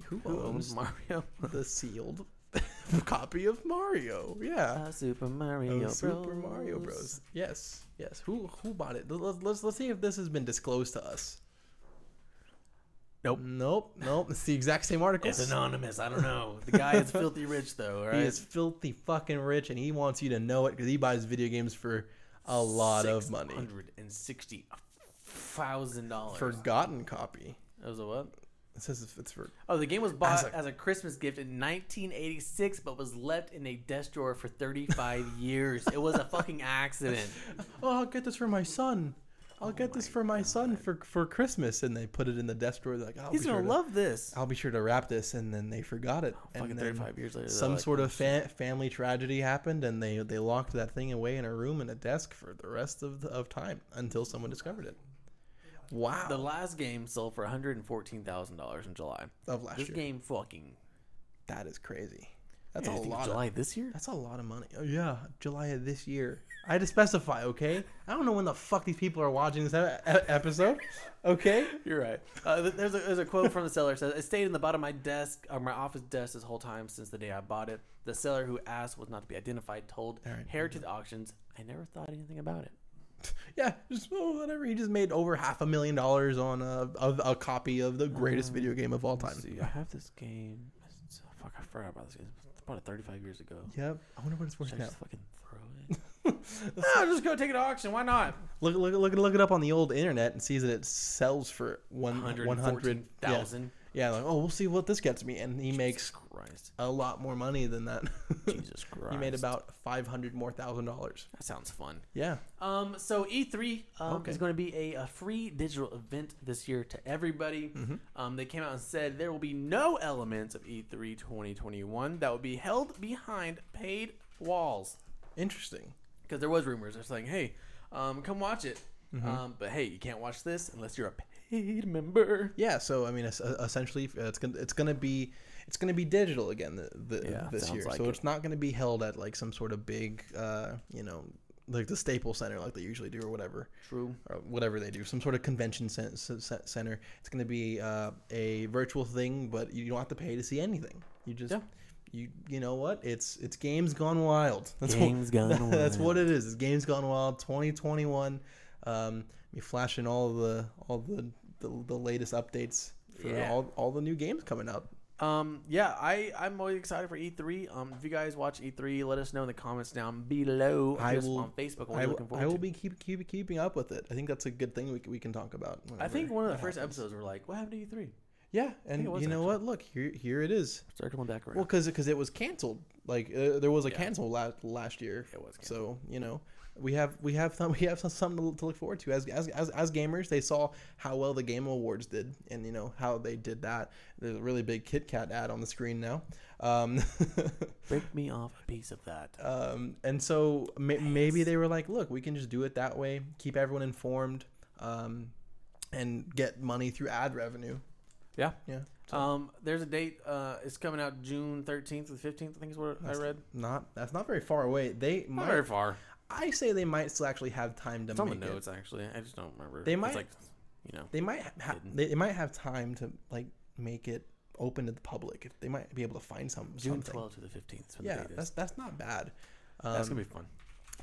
[SPEAKER 1] Who,
[SPEAKER 2] Who
[SPEAKER 1] owns
[SPEAKER 2] owns Mario?
[SPEAKER 1] the sealed (laughs) copy of Mario? Yeah.
[SPEAKER 2] Uh, Super
[SPEAKER 1] Of
[SPEAKER 2] Mario
[SPEAKER 1] Oh, Super Mario Bros. Yes, yes. Who who bought it? Let's, let's let's see if this has been disclosed to us.
[SPEAKER 2] Nope.
[SPEAKER 1] Nope. Nope. It's the exact same article.
[SPEAKER 2] It's anonymous. I don't know. The guy is filthy rich though. All right.
[SPEAKER 1] He is filthy fucking rich, and he wants you to know it because he buys video games for a lot of money.
[SPEAKER 2] Hundred and sixty thousand dollars.
[SPEAKER 1] Forgotten copy.
[SPEAKER 2] That was a what?
[SPEAKER 1] It says it's- it's for.
[SPEAKER 2] Oh, the game was bought
[SPEAKER 1] As
[SPEAKER 2] as
[SPEAKER 1] a-
[SPEAKER 2] a, Christmas gift in 1986, but was left in a desk drawer
[SPEAKER 1] (laughs)
[SPEAKER 2] for 35 years. It was a fucking accident.
[SPEAKER 1] Oh, I'll get this for my son. I'll get
[SPEAKER 2] Oh
[SPEAKER 1] this for my son for for Christmas, and they put it in the desk drawer. Like I'll
[SPEAKER 2] He's
[SPEAKER 1] be
[SPEAKER 2] gonna
[SPEAKER 1] sure to-
[SPEAKER 2] love this.
[SPEAKER 1] I'll be sure to wrap this, and then they forgot it. and
[SPEAKER 2] Fucking
[SPEAKER 1] then
[SPEAKER 2] 35 years later. they're
[SPEAKER 1] some
[SPEAKER 2] like,
[SPEAKER 1] sort
[SPEAKER 2] "Oh,
[SPEAKER 1] of fa- family tragedy happened, and they they locked that thing away in a room in a desk for the rest of the, of time until someone discovered it. Wow,
[SPEAKER 2] The last game sold for $114,000 in July.
[SPEAKER 1] of last
[SPEAKER 2] This
[SPEAKER 1] year.
[SPEAKER 2] game fucking.
[SPEAKER 1] That is crazy. That's
[SPEAKER 2] You
[SPEAKER 1] a
[SPEAKER 2] think
[SPEAKER 1] lot. Of,
[SPEAKER 2] July this year?
[SPEAKER 1] that's a lot of money. Oh yeah, July of this year. I had to specify. Okay, I don't know when the fuck these people are watching this e- e-
[SPEAKER 2] (laughs)
[SPEAKER 1] episode. Okay,
[SPEAKER 2] You're right. Uh, th- there's, a, there's a quote from the seller says, "It stayed in the bottom of my desk, or my office desk, this whole time since the day I bought it." The seller who asked was not to be identified told
[SPEAKER 1] right.
[SPEAKER 2] Heritage Auctions, "I never thought anything about it."
[SPEAKER 1] yeah, just oh, whatever. He just made over half a million dollars on a, a, a copy of the greatest video game of all time.
[SPEAKER 2] Mm. See, I have this game. (sighs) It's- Fuck, I forgot about this game. It's probably 35 years ago.
[SPEAKER 1] Yep. I wonder what it's worth
[SPEAKER 2] Should I
[SPEAKER 1] now.
[SPEAKER 2] just fucking throw
[SPEAKER 1] (laughs)
[SPEAKER 2] it? no, just go take it to auction. Why not?
[SPEAKER 1] Look, look, look, look it up on the old internet and sees that it sells for one one hundred thousand.
[SPEAKER 2] 114,000.
[SPEAKER 1] Yeah, like oh, we'll see what this gets me, and he makes
[SPEAKER 2] Christ.
[SPEAKER 1] a lot more money than that. (laughs)
[SPEAKER 2] Jesus Christ.
[SPEAKER 1] he made about five hundred more thousand dollars.
[SPEAKER 2] That sounds fun.
[SPEAKER 1] Yeah,
[SPEAKER 2] Um, so E3 um,
[SPEAKER 1] Okay.
[SPEAKER 2] is going to be a, a free digital event this year to everybody.
[SPEAKER 1] Mm-hmm.
[SPEAKER 2] Um, they came out and said there will be no elements of E E3 2021 that will be held behind paid walls.
[SPEAKER 1] interesting.
[SPEAKER 2] because there was rumors. They're saying, "Hey, um, come watch it,"
[SPEAKER 1] Mm-hmm.
[SPEAKER 2] um, but hey, you can't watch this unless you're a paid member.
[SPEAKER 1] Yeah, so I mean, es- essentially, uh, it's gonna it's gonna be it's gonna be digital again the, the,
[SPEAKER 2] Yeah,
[SPEAKER 1] this
[SPEAKER 2] sounds
[SPEAKER 1] year.
[SPEAKER 2] like
[SPEAKER 1] so
[SPEAKER 2] it.
[SPEAKER 1] it's not gonna be held at like some sort of big, uh, you know, like the Staples Center, like they usually do, or whatever.
[SPEAKER 2] True.
[SPEAKER 1] or whatever they do, some sort of convention cen- c- c- center. It's going to be uh, a virtual thing, but you don't have to pay to see anything. You just,
[SPEAKER 2] Yeah.
[SPEAKER 1] you you know what? It's it's games gone wild. That's
[SPEAKER 2] Games
[SPEAKER 1] what, (laughs)
[SPEAKER 2] Gone (laughs)
[SPEAKER 1] That's what it is. It's games gone wild. 2021. Um, you flash in all the all the the, the latest updates for
[SPEAKER 2] Yeah.
[SPEAKER 1] all all the new games coming out.
[SPEAKER 2] Um, yeah, I I'm always excited for E3. Um, if you guys watch E3, let us know in the comments down below.
[SPEAKER 1] I
[SPEAKER 2] just
[SPEAKER 1] will-
[SPEAKER 2] on Facebook. What
[SPEAKER 1] I,
[SPEAKER 2] you're
[SPEAKER 1] will-
[SPEAKER 2] looking forward
[SPEAKER 1] I will
[SPEAKER 2] to.
[SPEAKER 1] be keep, keep keeping up with it. I think that's a good thing we, c- we can talk about.
[SPEAKER 2] I think
[SPEAKER 1] whenever
[SPEAKER 2] one of the
[SPEAKER 1] that
[SPEAKER 2] first
[SPEAKER 1] happens.
[SPEAKER 2] episodes were like, "What happened to E3?"
[SPEAKER 1] Yeah,
[SPEAKER 2] it
[SPEAKER 1] and
[SPEAKER 2] was
[SPEAKER 1] you know
[SPEAKER 2] actually.
[SPEAKER 1] what? Look here here it is.
[SPEAKER 2] Start coming back around.
[SPEAKER 1] Well, because it was canceled. Like uh, there was a
[SPEAKER 2] Yeah.
[SPEAKER 1] cancel last last year.
[SPEAKER 2] It was
[SPEAKER 1] So you know, we have we have some, (laughs) we have some, something to, to look forward to as, as as as gamers. They saw how well the Game Awards did, and you know how they did that. There's a really big Kit Kat ad on the screen now. Um, (laughs)
[SPEAKER 2] Break me off a piece of that.
[SPEAKER 1] um, and so ma- maybe they were like, look, we can just do it that way. Keep everyone informed. Um, and get money through ad revenue.
[SPEAKER 2] Yeah.
[SPEAKER 1] Yeah.
[SPEAKER 2] Um, there's a date. Uh, it's coming out June 13th or 15th. I think is what I read.
[SPEAKER 1] Not that's not very far away. They
[SPEAKER 2] Not
[SPEAKER 1] might,
[SPEAKER 2] very far.
[SPEAKER 1] I say they might still actually have time to
[SPEAKER 2] It's on the
[SPEAKER 1] make it.
[SPEAKER 2] notes actually. I just don't remember.
[SPEAKER 1] They
[SPEAKER 2] It's
[SPEAKER 1] might-
[SPEAKER 2] like, you know.
[SPEAKER 1] they might ha- ha-
[SPEAKER 2] Hidden.
[SPEAKER 1] they, they might have time to like make it open to the public. If they might be able to find some
[SPEAKER 2] June
[SPEAKER 1] something.
[SPEAKER 2] 12th to the 15th. is when the
[SPEAKER 1] Yeah,
[SPEAKER 2] date is.
[SPEAKER 1] that's that's not bad. Um,
[SPEAKER 2] That's gonna be fun.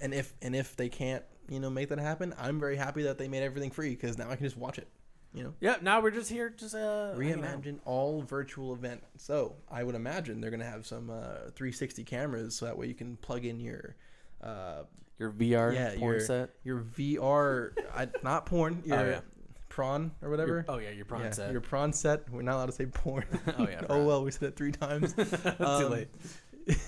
[SPEAKER 1] and if and if they can't, you know, make that happen, I'm very happy that they made everything free because now I can just watch it. You know,
[SPEAKER 2] Yeah. Now we're just here, just uh, hanging out.
[SPEAKER 1] reimagine all virtual event. So I would imagine they're gonna have some uh, 360 cameras, so that way you can plug in your. Uh,
[SPEAKER 2] your VR
[SPEAKER 1] yeah,
[SPEAKER 2] porn
[SPEAKER 1] your
[SPEAKER 2] set.
[SPEAKER 1] your VR, I, not
[SPEAKER 2] (laughs)
[SPEAKER 1] porn, your
[SPEAKER 2] Oh, yeah.
[SPEAKER 1] prawn or whatever.
[SPEAKER 2] Your, oh yeah, your prawn
[SPEAKER 1] yeah,
[SPEAKER 2] set.
[SPEAKER 1] Your prawn set. We're not allowed to say porn.
[SPEAKER 2] (laughs) Oh,
[SPEAKER 1] (laughs)
[SPEAKER 2] yeah,
[SPEAKER 1] oh
[SPEAKER 2] right.
[SPEAKER 1] well, we said it
[SPEAKER 2] (laughs)
[SPEAKER 1] three times. Um,
[SPEAKER 2] Too late.
[SPEAKER 1] (laughs)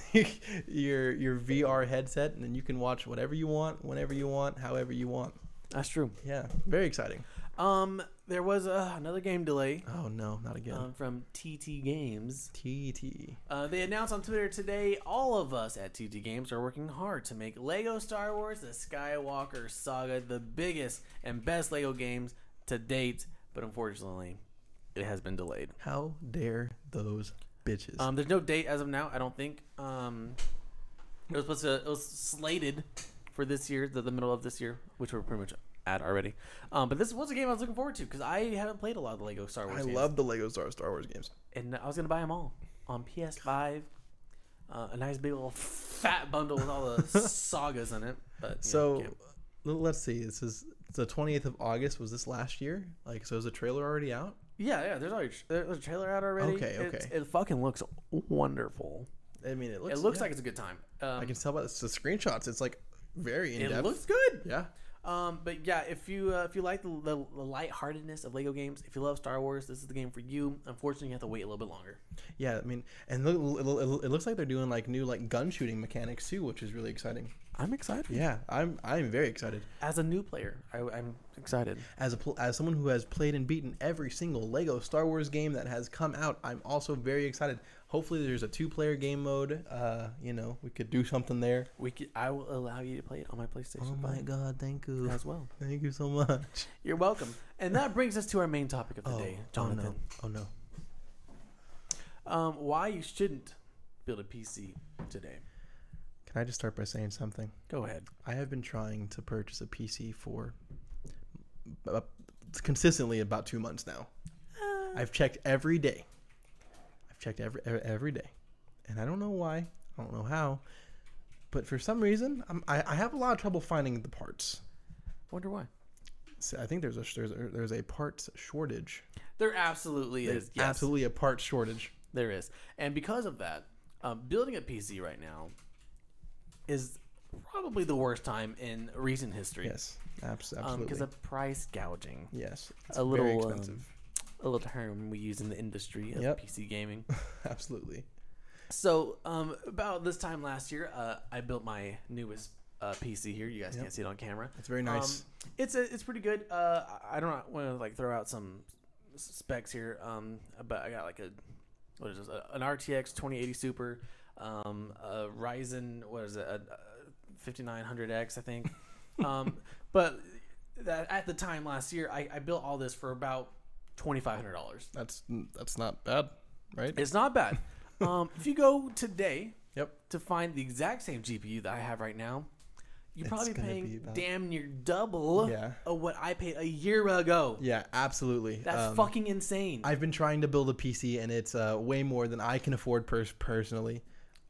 [SPEAKER 1] your your VR headset, and then you can watch whatever you want, whenever you want, however you want.
[SPEAKER 2] That's true.
[SPEAKER 1] Yeah, very exciting.
[SPEAKER 2] Um, there was uh, another game delay
[SPEAKER 1] Oh no, not again.
[SPEAKER 2] um, from TT Games.
[SPEAKER 1] TT.
[SPEAKER 2] Uh, they announced on Twitter today, all of us at TT Games are working hard to make Lego Star Wars: The Skywalker Saga the biggest and best Lego games to date. But unfortunately, it has been delayed.
[SPEAKER 1] How dare those bitches?
[SPEAKER 2] Um, there's no date as of now. I don't think. Um, It was supposed to. It was slated for this year, the, the middle of this year, which we're pretty much at already. Um, but this was a game I was looking forward to because I haven't played a lot of the Lego Star Wars.
[SPEAKER 1] I
[SPEAKER 2] games.
[SPEAKER 1] love the Lego Star Star Wars games.
[SPEAKER 2] and I was gonna buy them all on PS5. Uh, a nice big old fat bundle with
[SPEAKER 1] (laughs)
[SPEAKER 2] all the sagas in it. But you know,
[SPEAKER 1] So
[SPEAKER 2] can't-
[SPEAKER 1] l- let's see. This is the 28th of August. Was this last year? Like, so is the trailer already out?
[SPEAKER 2] yeah, yeah. There's already there's a trailer out already.
[SPEAKER 1] Okay,
[SPEAKER 2] It's-
[SPEAKER 1] okay.
[SPEAKER 2] It fucking looks wonderful.
[SPEAKER 1] I mean, it looks.
[SPEAKER 2] it looks
[SPEAKER 1] yeah.
[SPEAKER 2] like it's a good time. Um,
[SPEAKER 1] I can tell by the, the screenshots. It's like very in
[SPEAKER 2] it
[SPEAKER 1] depth.
[SPEAKER 2] looks good.
[SPEAKER 1] yeah.
[SPEAKER 2] Um, but yeah, if you uh, if you like the, the, the lightheartedness of Lego games, if you love Star Wars, this is the game for you. Unfortunately, you have to wait a little bit longer.
[SPEAKER 1] Yeah, I mean, and look, it lo- it lo- it looks like they're doing like new like gun shooting mechanics too, which is really exciting.
[SPEAKER 2] I'm excited.
[SPEAKER 1] Yeah, I'm I'm very excited
[SPEAKER 2] As a new player, I, I'm excited.
[SPEAKER 1] as a pl- as someone who has played and beaten every single Lego Star Wars game that has come out. I'm also very excited. Hopefully, there's a two player game mode. Uh, you know, we could do something there.
[SPEAKER 2] We could, I will allow you to play it on my PlayStation
[SPEAKER 1] Oh my God! Thank you,
[SPEAKER 2] as well.
[SPEAKER 1] thank you so much.
[SPEAKER 2] You're welcome. And that brings us to our main topic of the
[SPEAKER 1] Oh,
[SPEAKER 2] day,
[SPEAKER 1] oh
[SPEAKER 2] Jonathan.
[SPEAKER 1] no! Oh no!
[SPEAKER 2] um, why you shouldn't build a PC today.
[SPEAKER 1] Can I just start by saying something?
[SPEAKER 2] Go ahead.
[SPEAKER 1] I have been trying to purchase a PC for uh, consistently about two months now. I've checked every day. I've checked every e- every day, and I don't know why. I don't know how, but for some reason, I'm, I I have a lot of trouble finding the parts.
[SPEAKER 2] Wonder why.
[SPEAKER 1] So I think there's a sh- there's a, there's a parts shortage.
[SPEAKER 2] There absolutely
[SPEAKER 1] There's
[SPEAKER 2] is. Yes,
[SPEAKER 1] absolutely a parts shortage.
[SPEAKER 2] There is. And because of that, um, building a PC right now is probably the worst time in recent history.
[SPEAKER 1] Yes, abs- absolutely.
[SPEAKER 2] Because of price gouging,
[SPEAKER 1] yes, it's
[SPEAKER 2] Um, a
[SPEAKER 1] very
[SPEAKER 2] little, um,
[SPEAKER 1] expensive. (laughs)
[SPEAKER 2] a little term we use in the industry of
[SPEAKER 1] Yep.
[SPEAKER 2] PC gaming.
[SPEAKER 1] absolutely.
[SPEAKER 2] So, um, about this time last year, uh, I built my newest uh, PC here. You guys can't see it on camera.
[SPEAKER 1] It's very nice.
[SPEAKER 2] Um, it's a, it's pretty good. Uh, I- I don't want to like throw out some s- specs here, um, but I got like a what is this? A, an RTX 2080 Super, um, a Ryzen what is it? A, a 5900X,
[SPEAKER 1] (laughs)
[SPEAKER 2] I think. um, but that, at the time last year, I, I built all this for about twenty five hundred dollars.
[SPEAKER 1] that's that's not bad, right?
[SPEAKER 2] It's not
[SPEAKER 1] (laughs)
[SPEAKER 2] bad. um, if you go today
[SPEAKER 1] Yep.
[SPEAKER 2] to find the exact same GPU that I have right now, you're probably
[SPEAKER 1] gonna
[SPEAKER 2] paying
[SPEAKER 1] be about-
[SPEAKER 2] damn near double
[SPEAKER 1] Yeah.
[SPEAKER 2] of what I paid a year ago.
[SPEAKER 1] Yeah, absolutely.
[SPEAKER 2] That's
[SPEAKER 1] Um,
[SPEAKER 2] fucking insane.
[SPEAKER 1] I've been trying to build a PC, and it's uh, way more than I can afford pers- personally.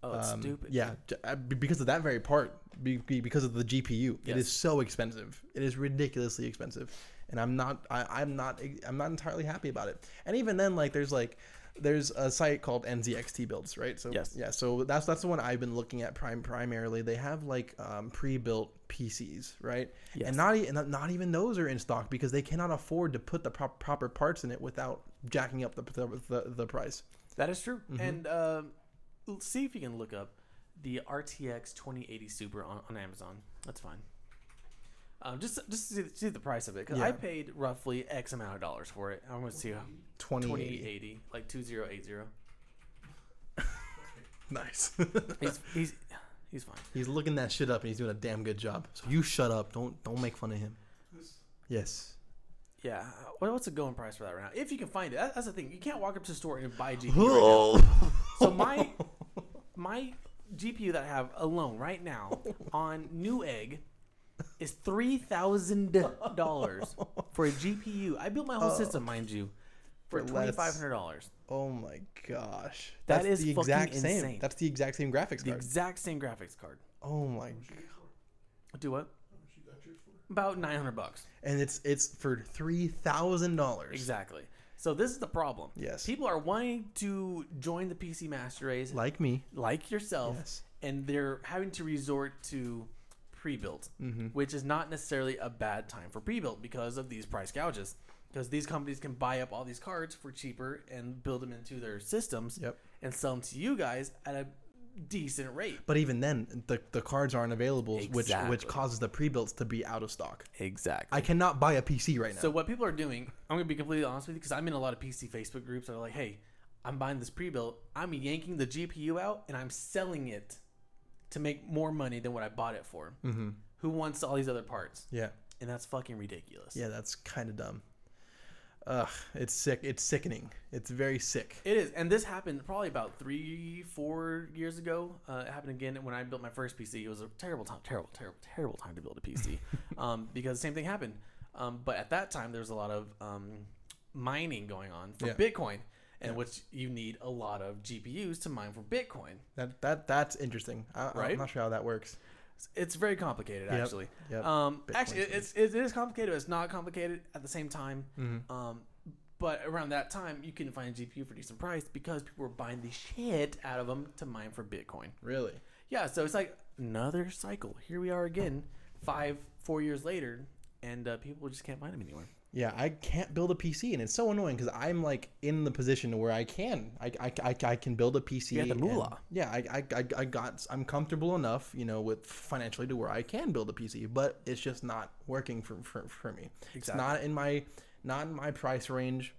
[SPEAKER 2] oh, it's
[SPEAKER 1] Um,
[SPEAKER 2] stupid.
[SPEAKER 1] Yeah, j- uh, be- because of that very part, be- be- because of the GPU, it
[SPEAKER 2] Yes.
[SPEAKER 1] is so expensive. It is ridiculously expensive, and I'm not, I, I'm not, e, I'm not entirely happy about it. And even then, like, there's like, there's a site called NZXT Builds, right? So
[SPEAKER 2] Yes.
[SPEAKER 1] yeah, so that's that's the one I've been looking at prime primarily. They have like um, pre-built PCs, right?
[SPEAKER 2] Yes.
[SPEAKER 1] And not e- not not even those are in stock because they cannot afford to put the prop- proper parts in it without jacking up the the, the, the price.
[SPEAKER 2] That is true.
[SPEAKER 1] Mm-hmm.
[SPEAKER 2] And um, l- see if you can look up the RTX 2080 Super on, on Amazon. That's fine. Um, just just to see, see the price of it because I
[SPEAKER 1] Yeah.
[SPEAKER 2] paid roughly X amount of dollars for it. I'm gonna see how-
[SPEAKER 1] Twenty.
[SPEAKER 2] 2080 like 2080.
[SPEAKER 1] Nice.
[SPEAKER 2] (laughs)
[SPEAKER 1] (laughs)
[SPEAKER 2] He's he's he's fine.
[SPEAKER 1] He's looking that shit up and he's doing a damn good job. So you shut up. Don't don't make fun of him.
[SPEAKER 3] This-
[SPEAKER 1] Yes.
[SPEAKER 2] Yeah, what, what's the going price for that right now? If you can find it, that, that's the thing. You can't walk up to the store and buy a GPU. right
[SPEAKER 1] (laughs)
[SPEAKER 2] now. So my my GPU that I have alone right now on Newegg is three thousand dollars for a GPU. I built my whole system, mind you, for
[SPEAKER 1] For
[SPEAKER 2] twenty
[SPEAKER 1] less.
[SPEAKER 2] five hundred dollars.
[SPEAKER 1] Oh my gosh.
[SPEAKER 2] That is fucking
[SPEAKER 1] same.
[SPEAKER 2] insane.
[SPEAKER 1] That's the exact same graphics
[SPEAKER 2] The
[SPEAKER 1] card.
[SPEAKER 2] exact same graphics card.
[SPEAKER 1] oh my. g-
[SPEAKER 2] Do what?
[SPEAKER 3] How much you got yours for?
[SPEAKER 2] About nine hundred bucks.
[SPEAKER 1] And it's it's for three thousand dollars.
[SPEAKER 2] Exactly. So this is the problem.
[SPEAKER 1] Yes.
[SPEAKER 2] People are wanting to join the PC Master Race
[SPEAKER 1] Like me.
[SPEAKER 2] like yourself,
[SPEAKER 1] Yes.
[SPEAKER 2] and they're having to resort to pre-built,
[SPEAKER 1] Mm-hmm.
[SPEAKER 2] which is not necessarily a bad time for pre-built because of these price gouges. Because these companies can buy up all these cards for cheaper and build them into their systems
[SPEAKER 1] Yep.
[SPEAKER 2] and sell them to you guys at a decent rate.
[SPEAKER 1] But even then, the the cards aren't available, which
[SPEAKER 2] Exactly.
[SPEAKER 1] which causes the pre-builts to be out of stock.
[SPEAKER 2] Exactly.
[SPEAKER 1] I cannot buy a PC right now.
[SPEAKER 2] So what people are doing, I'm gonna be completely honest with you, because I'm in a lot of PC Facebook groups that are like, "Hey, I'm buying this pre-built. I'm yanking the GPU out and I'm selling it to make more money than what I bought it for. Mm-hmm. Who wants all these other parts?
[SPEAKER 1] yeah.
[SPEAKER 2] And that's fucking ridiculous.
[SPEAKER 1] Yeah, that's kind of dumb. Ugh, it's sick. It's sickening. It's very sick.
[SPEAKER 2] It is, and this happened probably about three, four years ago. Uh, it happened again when I built my first PC. It was a terrible time, terrible, terrible, terrible time to build
[SPEAKER 1] (laughs)
[SPEAKER 2] a PC, um, because the same thing happened. Um, but at that time, there was a lot of um, mining going on for
[SPEAKER 1] Yeah.
[SPEAKER 2] Bitcoin, and which you need a lot of GPUs to mine for Bitcoin.
[SPEAKER 1] That that that's interesting. I,
[SPEAKER 2] Right?
[SPEAKER 1] I'm not sure how that works.
[SPEAKER 2] It's, it's very complicated,
[SPEAKER 1] Yep.
[SPEAKER 2] actually.
[SPEAKER 1] Yep.
[SPEAKER 2] Um,
[SPEAKER 1] Bitcoin's
[SPEAKER 2] actually, it- it's it, it is complicated. But it's not complicated at the same time.
[SPEAKER 1] Mm-hmm.
[SPEAKER 2] Um, but around that time, you couldn't find a GPU for decent price because people were buying the shit out of them to mine for Bitcoin.
[SPEAKER 1] Really?
[SPEAKER 2] Yeah, so it's like another cycle. Here we are again, five, four years later, and uh, people just can't find them anywhere.
[SPEAKER 1] Yeah, I can't build a PC, and it's so annoying because I'm like in the position where I can, I, I, I, I can build a PC.
[SPEAKER 2] You have the
[SPEAKER 1] and-
[SPEAKER 2] moolah.
[SPEAKER 1] yeah, I, I, I, I got, I'm comfortable enough, you know, with financially to where I can build a PC, but it's just not working for for, for me. It's
[SPEAKER 2] Exactly.
[SPEAKER 1] not in my, not in my price range.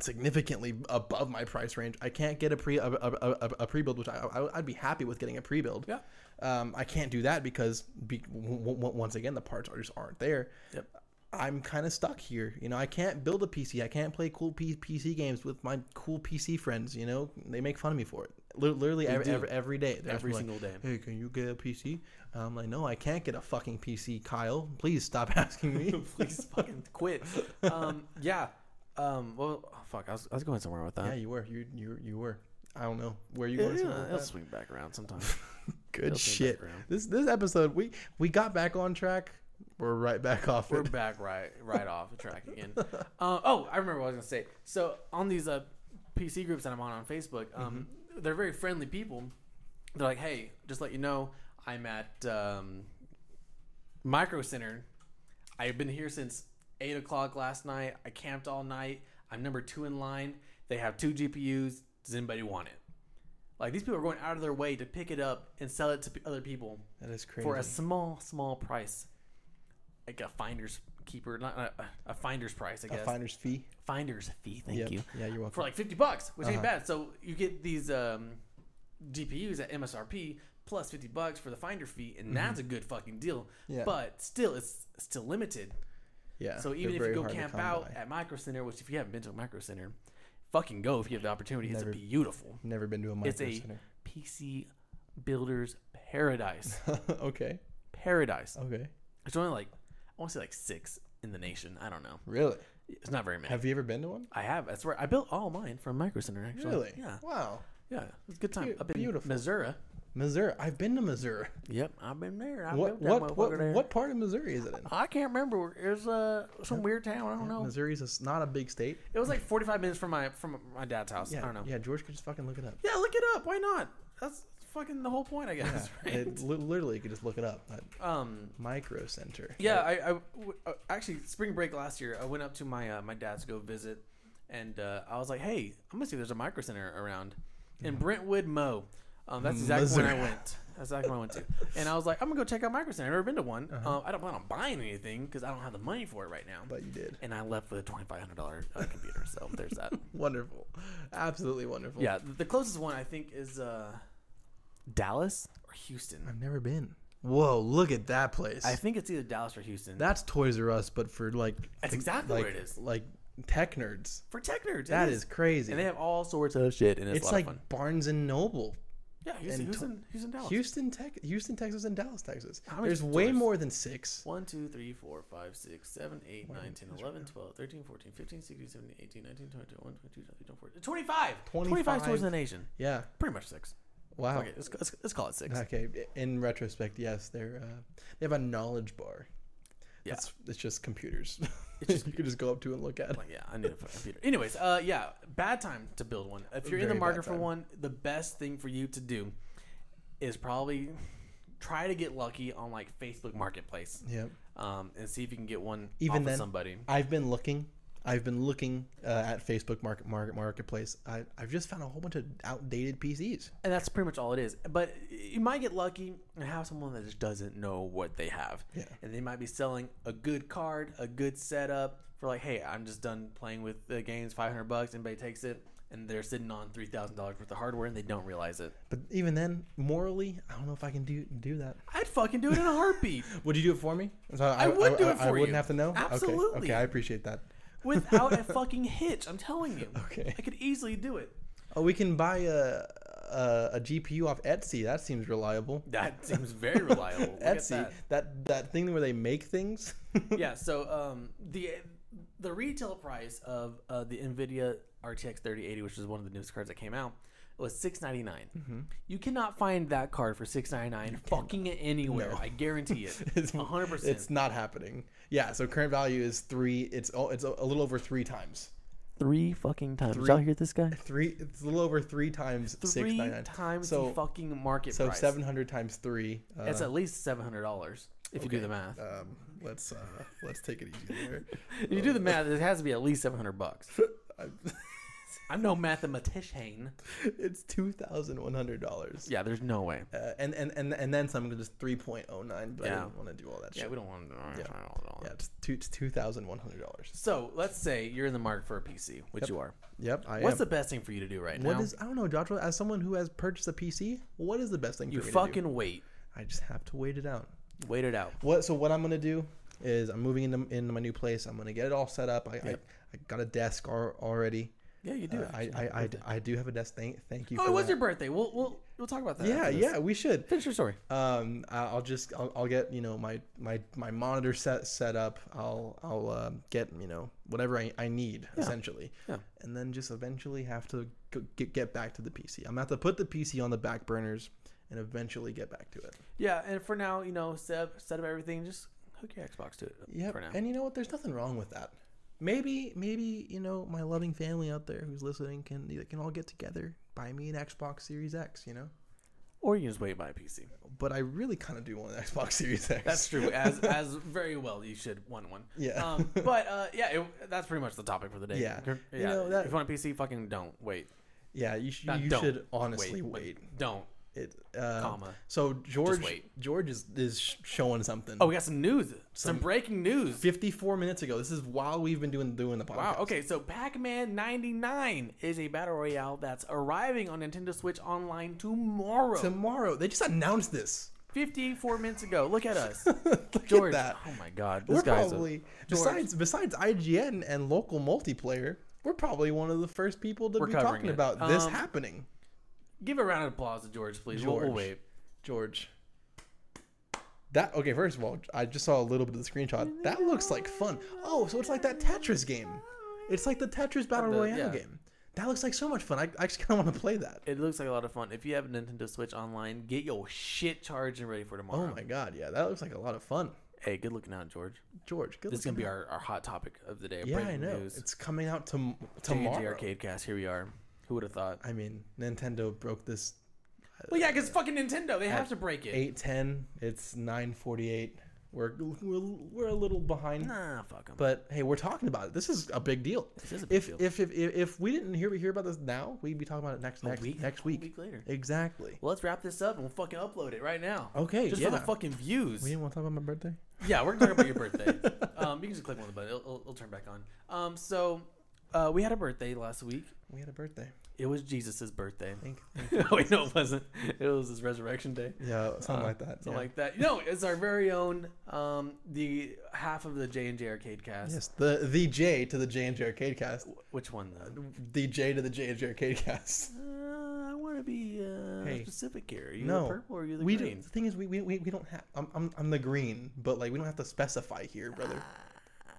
[SPEAKER 1] Significantly above my price range, I can't get a pre a, a, a, a pre build, which I, I I'd be happy with getting a pre build.
[SPEAKER 2] Yeah.
[SPEAKER 1] um, I can't do that because be, w- w- once again the parts are just aren't there.
[SPEAKER 2] Yep.
[SPEAKER 1] I'm kind of stuck here. You know, I can't build a PC. I can't play cool P- PC games with my cool PC friends. You know, they make fun of me for it. Lit- Literally every,
[SPEAKER 2] do.
[SPEAKER 1] every every day. They're
[SPEAKER 2] Every
[SPEAKER 1] asking me,
[SPEAKER 2] single
[SPEAKER 1] like, Hey, can you get a PC? I'm like, no, I can't get a fucking PC, Kyle. Please stop (laughs) asking
[SPEAKER 2] (laughs)
[SPEAKER 1] me.
[SPEAKER 2] (laughs) Please fucking quit. Um, yeah. Um, well, oh, fuck, I was, I was going somewhere with
[SPEAKER 1] yeah,
[SPEAKER 2] that.
[SPEAKER 1] you were. You you you were. I don't know where you
[SPEAKER 2] Yeah,
[SPEAKER 1] going.
[SPEAKER 2] yeah,
[SPEAKER 1] Yeah,
[SPEAKER 2] it'll swing back around sometime.
[SPEAKER 1] Good
[SPEAKER 2] it'll turn
[SPEAKER 1] shit.
[SPEAKER 2] back around.
[SPEAKER 1] This this episode we we got back on track. We're right back (laughs) off.
[SPEAKER 2] We're (laughs)
[SPEAKER 1] it.
[SPEAKER 2] back right right off the track again. Uh, oh, I remember what I was gonna say. So on these uh, PC groups that I'm on on Facebook, um, they're very friendly people. They're like, "Hey, just let you know, I'm at um, Micro Center. I've been here since eight o'clock last night. I camped all night. I'm number two in line. They have two GPUs. Does anybody want it?" Like these people are going out of their way to pick it up and sell it to p- other people
[SPEAKER 1] That is crazy.
[SPEAKER 2] for a small, small price, like a finder's keeper, not a, a finder's price, I
[SPEAKER 1] a
[SPEAKER 2] guess.
[SPEAKER 1] finder's fee.
[SPEAKER 2] finder's fee, thank
[SPEAKER 1] Yep.
[SPEAKER 2] you,
[SPEAKER 1] Yeah, you're welcome.
[SPEAKER 2] for like fifty bucks, which ain't
[SPEAKER 1] Uh-huh.
[SPEAKER 2] bad. So you get these um, GPUs at MSRP plus fifty bucks for the finder fee, and that's a good fucking deal.
[SPEAKER 1] Mm-hmm. Yeah.
[SPEAKER 2] But still, it's still limited.
[SPEAKER 1] yeah.
[SPEAKER 2] So
[SPEAKER 1] they're
[SPEAKER 2] even if
[SPEAKER 1] very
[SPEAKER 2] you go
[SPEAKER 1] hard to
[SPEAKER 2] camp
[SPEAKER 1] come
[SPEAKER 2] out
[SPEAKER 1] by.
[SPEAKER 2] at Micro Center, which if you haven't been to a Micro Center, fucking go if you have the opportunity.
[SPEAKER 1] Never-
[SPEAKER 2] It's beautiful.
[SPEAKER 1] never been to a micro
[SPEAKER 2] It's a
[SPEAKER 1] center.
[SPEAKER 2] PC builder's paradise.
[SPEAKER 1] (laughs) okay.
[SPEAKER 2] paradise.
[SPEAKER 1] Okay.
[SPEAKER 2] It's only like I want to say like six in the nation. I don't know.
[SPEAKER 1] Really?
[SPEAKER 2] It's not very many.
[SPEAKER 1] Have you ever been to one?
[SPEAKER 2] I have. That's where I built all mine from Micro Center. Actually,
[SPEAKER 1] Really?
[SPEAKER 2] Yeah,
[SPEAKER 1] Wow.
[SPEAKER 2] yeah. It was a good time
[SPEAKER 1] Beau-
[SPEAKER 2] up in
[SPEAKER 1] beautiful.
[SPEAKER 2] Missouri.
[SPEAKER 1] Missouri. I've been to Missouri.
[SPEAKER 2] Yep, I've been there. I
[SPEAKER 1] What
[SPEAKER 2] built that
[SPEAKER 1] what
[SPEAKER 2] motherfucker
[SPEAKER 1] what,
[SPEAKER 2] there.
[SPEAKER 1] what part of Missouri is it in?
[SPEAKER 2] I can't remember. It was uh, some weird town. I don't know.
[SPEAKER 1] Missouri's a s not a big state.
[SPEAKER 2] It was like forty five minutes from my from my dad's house.
[SPEAKER 1] Yeah.
[SPEAKER 2] I don't know. Yeah.
[SPEAKER 1] Yeah, George could just fucking look it up.
[SPEAKER 2] look it up. Why not? That's fucking the whole point, I guess. (laughs) (laughs) Right?
[SPEAKER 1] It, li- literally, you could just look it up. That
[SPEAKER 2] um.
[SPEAKER 1] micro center.
[SPEAKER 2] Yeah, I, I w- uh, actually spring break last year, I went up to my uh, my dad's to go visit, and uh, I was like, "Hey, I'm gonna see if there's a micro center around in Brentwood, Mo." Um, that's exactly when I
[SPEAKER 1] Mm. Missouri.
[SPEAKER 2] went. That's exactly when I went to, and I was like, "I'm gonna go check out micro center. I've never been to one. Um, I don't plan on buying anything because I don't have the money for it right now."
[SPEAKER 1] Uh-huh. But you did.
[SPEAKER 2] and I left with a twenty five hundred dollar uh, computer, so there's
[SPEAKER 1] (laughs)
[SPEAKER 2] that.
[SPEAKER 1] Wonderful. Absolutely wonderful.
[SPEAKER 2] Yeah, the closest one I think is uh, Dallas or Houston.
[SPEAKER 1] I've never been. Whoa, look at that place.
[SPEAKER 2] I think it's either Dallas or Houston.
[SPEAKER 1] That's Toys R Us, but for like
[SPEAKER 2] That's exactly
[SPEAKER 1] like
[SPEAKER 2] where it is
[SPEAKER 1] like tech nerds.
[SPEAKER 2] for tech nerds. it
[SPEAKER 1] That is crazy.
[SPEAKER 2] and they have all sorts of shit, and it's,
[SPEAKER 1] it's
[SPEAKER 2] a lot
[SPEAKER 1] like
[SPEAKER 2] of fun.
[SPEAKER 1] Barnes and Noble.
[SPEAKER 2] Yeah, who's,
[SPEAKER 1] and
[SPEAKER 2] who's,
[SPEAKER 1] to-
[SPEAKER 2] in, who's in Dallas?
[SPEAKER 1] Houston, Tech, Houston, Texas, and Dallas, Texas.
[SPEAKER 2] Oh, many
[SPEAKER 1] There's way
[SPEAKER 2] stores?
[SPEAKER 1] more than six.
[SPEAKER 2] One, two, three, four, five, six, seven, eight, nine, ten, eleven, twelve, thirteen, fourteen, fifteen, sixteen, seventeen, eighteen, nineteen, twenty, twenty-one, twenty-two, twenty-three, twenty-four, twenty-five. 25 stores in the nation.
[SPEAKER 1] Yeah.
[SPEAKER 2] Pretty much six.
[SPEAKER 1] Wow.
[SPEAKER 2] Okay, let's, let's, let's call it six.
[SPEAKER 1] Okay. In retrospect, yes, they're uh, they have a knowledge bar.
[SPEAKER 2] Yeah.
[SPEAKER 1] It's, it's just computers. (laughs)
[SPEAKER 2] It's just
[SPEAKER 1] you could just go up to and look at. it.
[SPEAKER 2] Like, yeah, I need a fucking computer. Anyways, uh, yeah, bad time to build one. If you're in the
[SPEAKER 1] Very bad
[SPEAKER 2] market for
[SPEAKER 1] time.
[SPEAKER 2] one, the best thing for you to do is probably try to get lucky on like Facebook Marketplace,
[SPEAKER 1] Yep.
[SPEAKER 2] um, and see if you can get one
[SPEAKER 1] Even
[SPEAKER 2] off of
[SPEAKER 1] then-
[SPEAKER 2] somebody.
[SPEAKER 1] I've been looking. I've been looking uh, at Facebook Market, market Marketplace. I, I've just found a whole bunch of outdated PCs.
[SPEAKER 2] And that's pretty much all it is. But you might get lucky and have someone that just doesn't know what they have.
[SPEAKER 1] Yeah.
[SPEAKER 2] And they might be selling a good card, a good setup for like, hey, I'm just done playing with the games, 500 bucks, anybody takes it, and they're sitting on $3,000 worth of hardware and they don't realize it.
[SPEAKER 1] But even then, morally, I don't know if I can do do that.
[SPEAKER 2] I'd fucking do
[SPEAKER 1] (laughs)
[SPEAKER 2] it in a heartbeat.
[SPEAKER 1] Would you do it for me? So I,
[SPEAKER 2] would do it
[SPEAKER 1] I
[SPEAKER 2] for
[SPEAKER 1] wouldn't
[SPEAKER 2] you.
[SPEAKER 1] have to know. Okay.
[SPEAKER 2] Absolutely.
[SPEAKER 1] Okay, I appreciate that.
[SPEAKER 2] without a fucking hitch. I'm telling you.
[SPEAKER 1] Okay.
[SPEAKER 2] I could easily do it.
[SPEAKER 1] Oh, we can buy a, a a GPU off Etsy. That seems reliable.
[SPEAKER 2] That seems very
[SPEAKER 1] (laughs)
[SPEAKER 2] reliable. Look at
[SPEAKER 1] Etsy,
[SPEAKER 2] that.
[SPEAKER 1] that. that thing where they make things.
[SPEAKER 2] yeah. So um, the the retail price of uh, the Nvidia RTX 3080, which is one of the newest cards that came out, was 699. You cannot find that card for 699 fucking anywhere.
[SPEAKER 1] No.
[SPEAKER 2] I guarantee it.
[SPEAKER 1] (laughs) It's-
[SPEAKER 2] 100.
[SPEAKER 1] It's
[SPEAKER 2] percent
[SPEAKER 1] not happening. Yeah, so current value is three. It's oh, it's a a little over three times.
[SPEAKER 2] Three fucking times.
[SPEAKER 1] Three- Y'all
[SPEAKER 2] hear this guy?
[SPEAKER 1] Three. It's a little over three times six
[SPEAKER 2] Three
[SPEAKER 1] nine nine.
[SPEAKER 2] times the
[SPEAKER 1] So
[SPEAKER 2] fucking market
[SPEAKER 1] so
[SPEAKER 2] price.
[SPEAKER 1] seven hundred times three. Uh,
[SPEAKER 2] It's at least seven hundred dollars if you do the math.
[SPEAKER 1] um, let's uh, let's take it easy
[SPEAKER 2] (laughs)
[SPEAKER 1] (laughs) there.
[SPEAKER 2] if you do the math, it has to be at least seven hundred bucks.
[SPEAKER 1] I-
[SPEAKER 2] I'm no mathematician.
[SPEAKER 1] it's two thousand one hundred dollars.
[SPEAKER 2] Yeah, there's no way.
[SPEAKER 1] Uh, and, and and and then some because it's three point oh nine. But I
[SPEAKER 2] Yeah.
[SPEAKER 1] didn't want to do all that
[SPEAKER 2] Yeah,
[SPEAKER 1] shit.
[SPEAKER 2] we don't want to.
[SPEAKER 1] Yeah, it's two it's two thousand one hundred dollars.
[SPEAKER 2] So let's say you're in the market for a PC, which you are.
[SPEAKER 1] Yep, I
[SPEAKER 2] What's
[SPEAKER 1] am.
[SPEAKER 2] the best thing for you to do right
[SPEAKER 1] What
[SPEAKER 2] now?
[SPEAKER 1] is I don't know, Joshua. As someone who has purchased a PC, what is the best thing
[SPEAKER 2] you
[SPEAKER 1] for me to
[SPEAKER 2] fucking wait,
[SPEAKER 1] do? I just have to wait it out.
[SPEAKER 2] wait it out.
[SPEAKER 1] What? So what I'm gonna do is I'm moving into into my new place. I'm gonna get it all set up. I I, I got a desk al- already.
[SPEAKER 2] Yeah, you do.
[SPEAKER 1] Uh, I,
[SPEAKER 2] actually.
[SPEAKER 1] I, I, I do have a desk. Thank thank you.
[SPEAKER 2] oh,
[SPEAKER 1] for
[SPEAKER 2] it was
[SPEAKER 1] that.
[SPEAKER 2] your birthday. We'll we'll we'll talk about that.
[SPEAKER 1] Yeah,
[SPEAKER 2] after this.
[SPEAKER 1] yeah, we should.
[SPEAKER 2] Finish your story.
[SPEAKER 1] Um, I- I'll just I'll, I'll get you know my my my monitor set set up. I'll I'll um, get you know whatever I, I need essentially,
[SPEAKER 2] Yeah.
[SPEAKER 1] and then just eventually have to go- get get back to the PC. I'm gonna have to put the PC on the back burners and eventually get back to it.
[SPEAKER 2] Yeah, and for now, you know, set up, set up everything. Just hook your Xbox to it.
[SPEAKER 1] Yeah,
[SPEAKER 2] For now.
[SPEAKER 1] and you know what? There's nothing wrong with that. Maybe maybe you know my loving family out there who's listening can they can all get together, buy me an Xbox Series X, you know.
[SPEAKER 2] or you can just wait by a PC.
[SPEAKER 1] But I really kind of do want an (laughs) Xbox Series X.
[SPEAKER 2] That's true.
[SPEAKER 1] (laughs)
[SPEAKER 2] As as very well, you should want one.
[SPEAKER 1] Yeah.
[SPEAKER 2] Um, but uh, yeah, it, that's pretty much the topic for the day.
[SPEAKER 1] Yeah.
[SPEAKER 2] Yeah.
[SPEAKER 1] You know, that-
[SPEAKER 2] if you want a PC, fucking don't wait.
[SPEAKER 1] yeah, you, sh-
[SPEAKER 2] Not
[SPEAKER 1] you
[SPEAKER 2] don't.
[SPEAKER 1] should honestly
[SPEAKER 2] but
[SPEAKER 1] wait.
[SPEAKER 2] Don't.
[SPEAKER 1] It, uh,
[SPEAKER 2] Comma.
[SPEAKER 1] So George
[SPEAKER 2] wait.
[SPEAKER 1] George is, is sh- showing something.
[SPEAKER 2] Oh, we got some news. Some, breaking news.
[SPEAKER 1] 54 minutes ago. This is while we've been doing doing the podcast.
[SPEAKER 2] Wow. Okay, so Pac-Man 99 is a battle royale that's arriving on Nintendo Switch Online tomorrow.
[SPEAKER 1] Tomorrow they just announced this. (laughs)
[SPEAKER 2] 54 minutes ago. Look at us,
[SPEAKER 1] Look
[SPEAKER 2] George.
[SPEAKER 1] at that.
[SPEAKER 2] Oh my God, this
[SPEAKER 1] We're
[SPEAKER 2] guy's
[SPEAKER 1] probably
[SPEAKER 2] a, George,
[SPEAKER 1] besides besides IGN and local multiplayer, we're probably one of the first people to
[SPEAKER 2] We're
[SPEAKER 1] be
[SPEAKER 2] covering
[SPEAKER 1] talking
[SPEAKER 2] it.
[SPEAKER 1] about this
[SPEAKER 2] Um,
[SPEAKER 1] happening.
[SPEAKER 2] give a round of applause to George, please. We'll-
[SPEAKER 1] George.
[SPEAKER 2] we'll wait.
[SPEAKER 1] George. That okay, first of all, I just saw a little bit of the screenshot. That looks like fun. Oh, so it's like that Tetris game. It's like the Tetris Battle
[SPEAKER 2] The-
[SPEAKER 1] Royale
[SPEAKER 2] yeah.
[SPEAKER 1] game. That looks like so much fun. I, I just kind of want to play that.
[SPEAKER 2] It looks like a lot of fun. If you have a Nintendo Switch Online, get your shit charged and ready for
[SPEAKER 1] Oh
[SPEAKER 2] tomorrow.
[SPEAKER 1] my god, yeah, that looks like a lot of fun.
[SPEAKER 2] Hey, good looking out, George.
[SPEAKER 1] George, good
[SPEAKER 2] This is gonna
[SPEAKER 1] looking
[SPEAKER 2] be our, our hot topic of the day.
[SPEAKER 1] out. Yeah, I
[SPEAKER 2] breaking
[SPEAKER 1] know.
[SPEAKER 2] News.
[SPEAKER 1] It's coming out tom-
[SPEAKER 2] JJ
[SPEAKER 1] tomorrow.
[SPEAKER 2] Arcade Cast. Here we are. Who would have thought?
[SPEAKER 1] I mean, Nintendo broke this
[SPEAKER 2] Well, yeah, because fucking Nintendo, they have to break it.
[SPEAKER 1] 810. It's 948. We're, we're we're a little behind.
[SPEAKER 2] Nah, fuck them.
[SPEAKER 1] But hey, we're talking about it. This is a big deal.
[SPEAKER 2] This is a big
[SPEAKER 1] if,
[SPEAKER 2] deal.
[SPEAKER 1] if if if if we didn't hear hear about this now, we'd be talking about it next next
[SPEAKER 2] week-
[SPEAKER 1] next
[SPEAKER 2] a
[SPEAKER 1] week.
[SPEAKER 2] week later.
[SPEAKER 1] Exactly.
[SPEAKER 2] well, let's wrap this up and we'll fucking upload it right now.
[SPEAKER 1] Okay,
[SPEAKER 2] Just for the
[SPEAKER 1] yeah.
[SPEAKER 2] fucking views.
[SPEAKER 1] We didn't want to talk about my birthday.
[SPEAKER 2] Yeah, we're gonna talk about your (laughs) birthday. Um, you can just click one of the buttons. It'll, it'll, it'll turn back on. Um, so uh, we had a birthday last week.
[SPEAKER 1] We had a birthday.
[SPEAKER 2] It was Jesus' birthday. (laughs) Oh,
[SPEAKER 1] Thank.
[SPEAKER 2] Wait, no, it wasn't. It was his resurrection day.
[SPEAKER 1] Yeah, (laughs) something
[SPEAKER 2] Uh,
[SPEAKER 1] like that.
[SPEAKER 2] Something
[SPEAKER 1] yeah.
[SPEAKER 2] like that. No, it's our very own um the half of the J and J arcade cast.
[SPEAKER 1] yes, the the J to the J and J Arcade Cast.
[SPEAKER 2] Which one though?
[SPEAKER 1] The J to the J and J Arcade Cast.
[SPEAKER 2] Uh, I want to be uh,
[SPEAKER 1] Hey.
[SPEAKER 2] specific here. Are you
[SPEAKER 1] No,
[SPEAKER 2] the purple or are you the
[SPEAKER 1] we
[SPEAKER 2] green?
[SPEAKER 1] do. The thing is, we we, we, we don't have. I'm, I'm I'm the green, but like we don't have to specify here, brother.
[SPEAKER 2] Ah,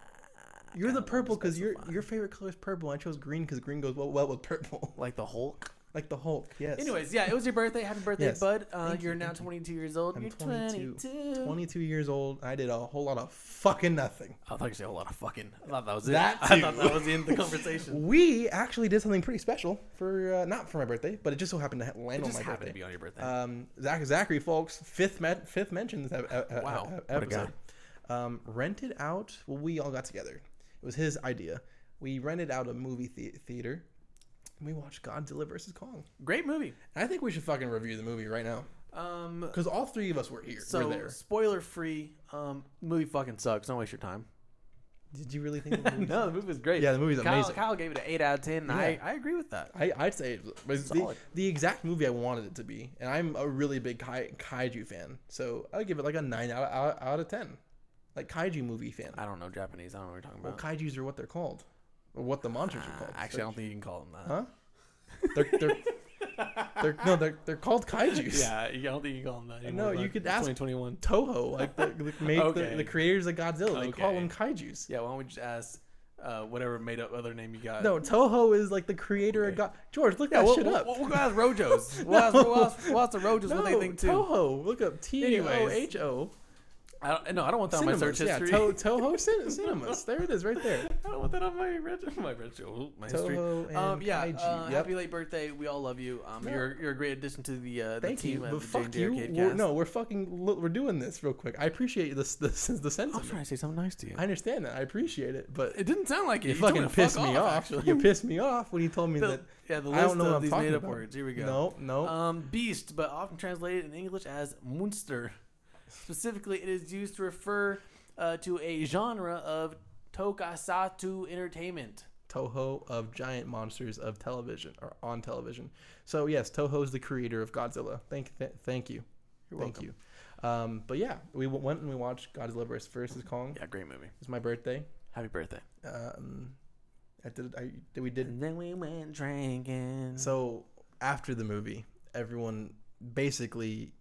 [SPEAKER 1] You're the
[SPEAKER 2] kinda wanna
[SPEAKER 1] purple because your
[SPEAKER 2] specify.
[SPEAKER 1] your favorite color is purple. I chose green because green goes well, well with purple, (laughs)
[SPEAKER 2] Like the Hulk.
[SPEAKER 1] like the Hulk. Yes.
[SPEAKER 2] Anyways, yeah, it was your birthday. Happy birthday,
[SPEAKER 1] Yes.
[SPEAKER 2] bud. Uh,
[SPEAKER 1] Thank you,
[SPEAKER 2] you're now
[SPEAKER 1] thank you.
[SPEAKER 2] 22 years old.
[SPEAKER 1] I'm
[SPEAKER 2] you're 22.
[SPEAKER 1] 22. 22 years old. I did a whole lot of fucking nothing.
[SPEAKER 2] I thought you said a whole lot of fucking. I thought that was it.
[SPEAKER 1] That
[SPEAKER 2] (laughs) I thought
[SPEAKER 1] too.
[SPEAKER 2] that was the
[SPEAKER 1] (laughs)
[SPEAKER 2] end of the conversation.
[SPEAKER 1] We actually did something pretty special for uh, not for my birthday, but it just so happened to ha- land
[SPEAKER 2] it
[SPEAKER 1] on
[SPEAKER 2] just
[SPEAKER 1] Oh my
[SPEAKER 2] happened
[SPEAKER 1] birthday.
[SPEAKER 2] to be on your birthday.
[SPEAKER 1] um, Zach Zachary, folks, fifth met, fifth mentions that uh,
[SPEAKER 2] Wow,
[SPEAKER 1] wow.
[SPEAKER 2] what a
[SPEAKER 1] episode. Um, rented out. Well, we all got together. It was his idea. We rented out a movie the- theater. And we watched Godzilla versus Kong.
[SPEAKER 2] Great movie.
[SPEAKER 1] And I think we should fucking review the movie right now
[SPEAKER 2] Um,
[SPEAKER 1] because all three of us were here.
[SPEAKER 2] so
[SPEAKER 1] were there.
[SPEAKER 2] spoiler free. Um, movie fucking sucks. Don't waste your time. (laughs)
[SPEAKER 1] Did you really think? The movie?
[SPEAKER 2] No, the movie was great.
[SPEAKER 1] Yeah, the movie's
[SPEAKER 2] Kyle,
[SPEAKER 1] amazing.
[SPEAKER 2] Kyle gave it an eight out of ten. And I
[SPEAKER 1] Yeah.
[SPEAKER 2] I agree with that.
[SPEAKER 1] I, I'd say it was the,
[SPEAKER 2] Solid.
[SPEAKER 1] the exact movie I wanted it to be, and I'm a really big kai, kaiju fan, so I'd give it like a nine out out, out of ten, like kaiju movie fan.
[SPEAKER 2] I don't know Japanese. I don't know what you're talking
[SPEAKER 1] Well,
[SPEAKER 2] about.
[SPEAKER 1] kaiju's are what they're called. or what the monsters are
[SPEAKER 2] Uh,
[SPEAKER 1] called.
[SPEAKER 2] actually, I don't think you can call them that.
[SPEAKER 1] Huh? They're, they're, they're, no, they're, they're called kaiju's.
[SPEAKER 2] (laughs) Yeah, I don't think you can call them that.
[SPEAKER 1] No,
[SPEAKER 2] anymore,
[SPEAKER 1] you
[SPEAKER 2] but
[SPEAKER 1] could
[SPEAKER 2] it's
[SPEAKER 1] ask-
[SPEAKER 2] 2021.
[SPEAKER 1] Toho, like the, the, made,
[SPEAKER 2] Okay.
[SPEAKER 1] the, the creators of Godzilla, they call
[SPEAKER 2] Okay.
[SPEAKER 1] them kaiju's.
[SPEAKER 2] Yeah, why don't we just ask uh, whatever made up other name you got?
[SPEAKER 1] No, Toho is like the creator of God. George, look
[SPEAKER 2] yeah,
[SPEAKER 1] that
[SPEAKER 2] we'll,
[SPEAKER 1] shit
[SPEAKER 2] we'll,
[SPEAKER 1] up.
[SPEAKER 2] We'll, go
[SPEAKER 1] (laughs)
[SPEAKER 2] ask Rojo's. We'll, ask, we'll, ask, we'll ask the Rojo's
[SPEAKER 1] no,
[SPEAKER 2] what they think too.
[SPEAKER 1] Toho. Look up T O H O.
[SPEAKER 2] I don't, no, I don't want that on my search
[SPEAKER 1] Cinemas. Yeah,
[SPEAKER 2] history. (laughs)
[SPEAKER 1] to- Toho cin- Cinemas. There it is, right there.
[SPEAKER 2] I don't want that on my reg- (laughs) my reg- oh, my history.
[SPEAKER 1] Toho and
[SPEAKER 2] Um, yeah,
[SPEAKER 1] Kaiji.
[SPEAKER 2] uh,
[SPEAKER 1] Yep.
[SPEAKER 2] happy late birthday. We all love you. Um,
[SPEAKER 1] No.
[SPEAKER 2] you're you're a great addition to the uh, the
[SPEAKER 1] Thank
[SPEAKER 2] team
[SPEAKER 1] you,
[SPEAKER 2] at
[SPEAKER 1] but
[SPEAKER 2] the
[SPEAKER 1] fuck
[SPEAKER 2] J&J
[SPEAKER 1] you.
[SPEAKER 2] Arcade
[SPEAKER 1] We're,
[SPEAKER 2] Cast.
[SPEAKER 1] no, we're fucking. look, We're doing this real quick. I appreciate this. This is the sense
[SPEAKER 2] I'm
[SPEAKER 1] of it.
[SPEAKER 2] trying to say something nice to you.
[SPEAKER 1] I understand that. I appreciate it, but
[SPEAKER 2] it didn't sound like it.
[SPEAKER 1] you
[SPEAKER 2] You told me
[SPEAKER 1] fucking
[SPEAKER 2] to
[SPEAKER 1] pissed
[SPEAKER 2] fuck
[SPEAKER 1] me off.
[SPEAKER 2] Actually,
[SPEAKER 1] You pissed me off when you told me
[SPEAKER 2] The-
[SPEAKER 1] that.
[SPEAKER 2] yeah, the
[SPEAKER 1] I
[SPEAKER 2] list
[SPEAKER 1] don't know
[SPEAKER 2] of
[SPEAKER 1] what I'm
[SPEAKER 2] these
[SPEAKER 1] talking
[SPEAKER 2] made up
[SPEAKER 1] about.
[SPEAKER 2] words. Here we go.
[SPEAKER 1] No, no.
[SPEAKER 2] Um, beast, but often translated in English as monster. Specifically, it is used to refer uh, to a genre of tokusatsu entertainment.
[SPEAKER 1] Toho of giant monsters of television or on television. So yes, Toho is the creator of Godzilla. Thank, th- thank you,
[SPEAKER 2] You're
[SPEAKER 1] thank you. Um, but yeah, we w- went and we watched Godzilla vs. versus Kong.
[SPEAKER 2] Yeah, great movie.
[SPEAKER 1] It was my birthday.
[SPEAKER 2] Happy birthday.
[SPEAKER 1] Um, I did. I did- we did.
[SPEAKER 2] And then we went drinking.
[SPEAKER 1] So after the movie, everyone basically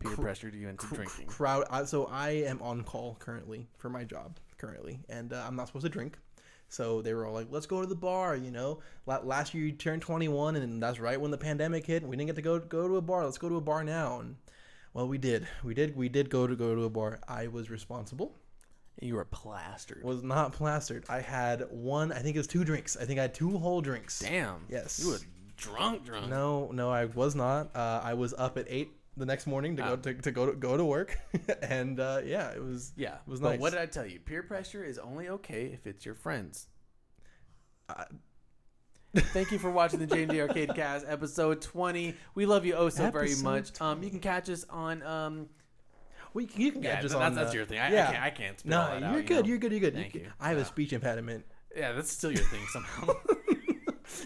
[SPEAKER 2] Peer
[SPEAKER 1] cr-
[SPEAKER 2] pressured you into
[SPEAKER 1] cr-
[SPEAKER 2] drinking.
[SPEAKER 1] crowd. I, so I am on call currently for my job currently, and uh, I'm not supposed to drink. So they were all like, "Let's go to the bar," you know. La- Last year you turned 21, and that's right when the pandemic hit, and we didn't get to go go to a bar. Let's go to a bar now. And well, we did, we did, we did go to go to a bar. I was responsible.
[SPEAKER 2] you were plastered.
[SPEAKER 1] Was not plastered. I had one. I think it was two drinks. I think I had two whole drinks.
[SPEAKER 2] Damn.
[SPEAKER 1] Yes.
[SPEAKER 2] You were drunk, drunk.
[SPEAKER 1] No, no, I was not. Uh, I was up at eight the next morning to go
[SPEAKER 2] Oh.
[SPEAKER 1] to, to go to go to work, (laughs) and uh, yeah, it was.
[SPEAKER 2] Yeah.
[SPEAKER 1] It was
[SPEAKER 2] but
[SPEAKER 1] nice.
[SPEAKER 2] what did I tell you? Peer pressure is only okay if it's your friends.
[SPEAKER 1] I-
[SPEAKER 2] Thank you for watching the J&J Arcade Cast episode 20. We love you oh so very
[SPEAKER 1] Episode
[SPEAKER 2] much. Um, you can catch us on um,
[SPEAKER 1] Well, you can, you can
[SPEAKER 2] yeah,
[SPEAKER 1] catch us
[SPEAKER 2] that's,
[SPEAKER 1] on.
[SPEAKER 2] that's
[SPEAKER 1] the-
[SPEAKER 2] your thing. I,
[SPEAKER 1] yeah.
[SPEAKER 2] I can't, I can't spit all
[SPEAKER 1] No,
[SPEAKER 2] that
[SPEAKER 1] you're,
[SPEAKER 2] out, you
[SPEAKER 1] good,
[SPEAKER 2] know?
[SPEAKER 1] you're good. You're good.
[SPEAKER 2] Thank
[SPEAKER 1] can-
[SPEAKER 2] you. Ah.
[SPEAKER 1] I have
[SPEAKER 2] Yeah.
[SPEAKER 1] a speech impediment. (laughs)
[SPEAKER 2] Yeah, that's still your thing (laughs) somehow.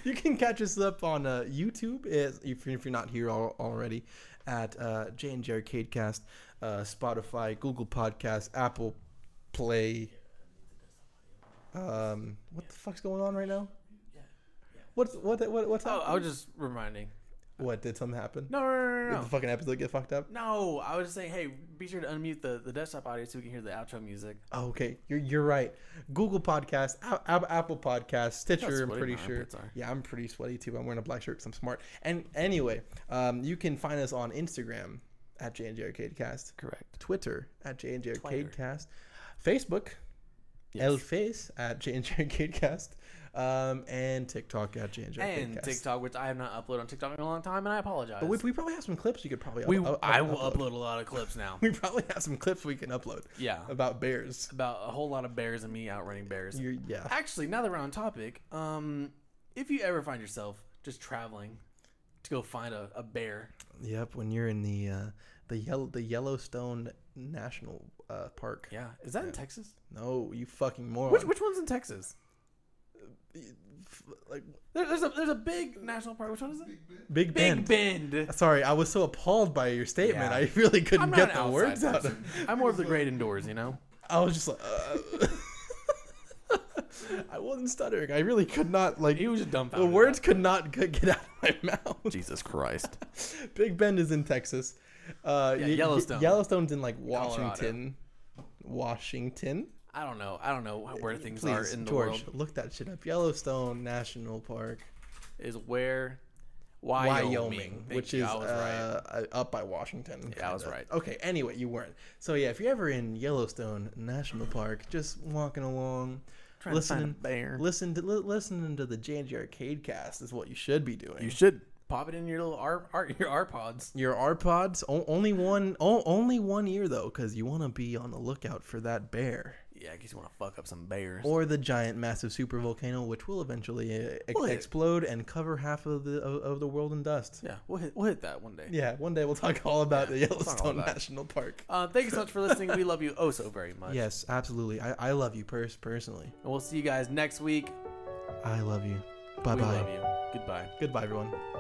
[SPEAKER 1] You can catch us up on uh, YouTube is- if, you're- if you're not here al- already at uh, J and J Arcadecast, uh, Spotify, Google Podcasts, Apple Play. Um, what the fuck's going on right now? What's what what what's
[SPEAKER 2] oh,
[SPEAKER 1] happening?
[SPEAKER 2] I was just reminding.
[SPEAKER 1] What did something happen?
[SPEAKER 2] No, no, no, no,
[SPEAKER 1] Did
[SPEAKER 2] no.
[SPEAKER 1] the fucking episode get fucked up?
[SPEAKER 2] No, I was just saying, hey, be sure to unmute the, the desktop audio so we can hear the outro music.
[SPEAKER 1] Oh, okay, you're you're right. Google Podcast, A- A- Apple Podcast, Stitcher. I'm
[SPEAKER 2] sweaty
[SPEAKER 1] pretty
[SPEAKER 2] my
[SPEAKER 1] sure.
[SPEAKER 2] armpits are.
[SPEAKER 1] Yeah, I'm pretty sweaty too. I'm wearing a black shirt because I'm smart. And anyway, um, you can find us on Instagram at J and J Arcadecast,
[SPEAKER 2] Correct.
[SPEAKER 1] Twitter at J and J
[SPEAKER 2] Twitter.
[SPEAKER 1] Arcadecast, Facebook,
[SPEAKER 2] Yes.
[SPEAKER 1] El Face at J and J Arcadecast, um, and TikTok at J and J
[SPEAKER 2] And
[SPEAKER 1] Arcadecast.
[SPEAKER 2] TikTok, which I have not uploaded on TikTok in a long time, and I apologize.
[SPEAKER 1] But we, we probably have some clips you could probably.
[SPEAKER 2] We,
[SPEAKER 1] up- up-
[SPEAKER 2] I will upload. a lot of clips now.
[SPEAKER 1] (laughs) We probably have some clips we can upload
[SPEAKER 2] Yeah,
[SPEAKER 1] about bears.
[SPEAKER 2] about a whole lot of bears and me outrunning bears.
[SPEAKER 1] You're, yeah.
[SPEAKER 2] Actually, now that we're on topic, um, if you ever find yourself just traveling to go find a, a bear,
[SPEAKER 1] Yep, when you're in the uh, the yellow the Yellowstone National uh, Park.
[SPEAKER 2] yeah, is that in Texas?
[SPEAKER 1] No, you fucking moron.
[SPEAKER 2] Which which one's in Texas?
[SPEAKER 1] F- like
[SPEAKER 2] There, there's a there's a big national park. Which one is it?
[SPEAKER 1] Big
[SPEAKER 2] Big
[SPEAKER 1] Bend.
[SPEAKER 2] Bend.
[SPEAKER 1] Sorry, I was so appalled by your statement.
[SPEAKER 2] Yeah.
[SPEAKER 1] I really
[SPEAKER 2] I'm
[SPEAKER 1] couldn't
[SPEAKER 2] not
[SPEAKER 1] get
[SPEAKER 2] an
[SPEAKER 1] the
[SPEAKER 2] outside
[SPEAKER 1] words out.
[SPEAKER 2] person. I'm more of the great indoors, you know.
[SPEAKER 1] I was just like, uh, (laughs) I wasn't stuttering. I really could not like
[SPEAKER 2] He was just
[SPEAKER 1] the
[SPEAKER 2] dumbfounded.
[SPEAKER 1] words could not g- get out of my (laughs) mouth.
[SPEAKER 2] Jesus Christ.
[SPEAKER 1] Big Bend is in Texas. Uh,
[SPEAKER 2] Yeah,
[SPEAKER 1] y- y-
[SPEAKER 2] Yellowstone.
[SPEAKER 1] Yellowstone's in like
[SPEAKER 2] Colorado.
[SPEAKER 1] Washington. Washington.
[SPEAKER 2] (laughs) I don't know. I don't know where things
[SPEAKER 1] Please,
[SPEAKER 2] are in the
[SPEAKER 1] George,
[SPEAKER 2] world.
[SPEAKER 1] look that shit up. Yellowstone National Park.
[SPEAKER 2] Is where
[SPEAKER 1] Wyoming,
[SPEAKER 2] Wyoming, Thank
[SPEAKER 1] which
[SPEAKER 2] you.
[SPEAKER 1] is
[SPEAKER 2] I was right.
[SPEAKER 1] uh, uh, up by Washington.
[SPEAKER 2] Yeah, I was
[SPEAKER 1] kinda.
[SPEAKER 2] right.
[SPEAKER 1] Okay, anyway, you weren't. So yeah, if you're ever in Yellowstone National Park, just walking along,
[SPEAKER 2] Trying
[SPEAKER 1] listening,
[SPEAKER 2] to find a bear.
[SPEAKER 1] listen to li- listening to the J&J Arcade Cast is what you should be doing.
[SPEAKER 2] You should pop it in your little R, R your R pods.
[SPEAKER 1] your AirPods, o- only one, o- only one ear though, because you want to be on the lookout for that bear
[SPEAKER 2] Yeah, I guess you want to fuck up some bears.
[SPEAKER 1] or the giant, massive super volcano, which will eventually uh, ex-
[SPEAKER 2] What?
[SPEAKER 1] explode and cover half of the of, of the world in dust.
[SPEAKER 2] yeah, we'll hit, we'll hit that one day.
[SPEAKER 1] Yeah, one day we'll talk all about the
[SPEAKER 2] (laughs) we'll talk all
[SPEAKER 1] Yellowstone
[SPEAKER 2] about it.
[SPEAKER 1] National Park.
[SPEAKER 2] Uh, thank you so much for listening. (laughs) We love you oh so very much.
[SPEAKER 1] Yes, absolutely. I, I love you pers- personally.
[SPEAKER 2] And we'll see you guys next week.
[SPEAKER 1] I love you. Bye
[SPEAKER 2] we love
[SPEAKER 1] bye.
[SPEAKER 2] you. Goodbye.
[SPEAKER 1] Goodbye, everyone.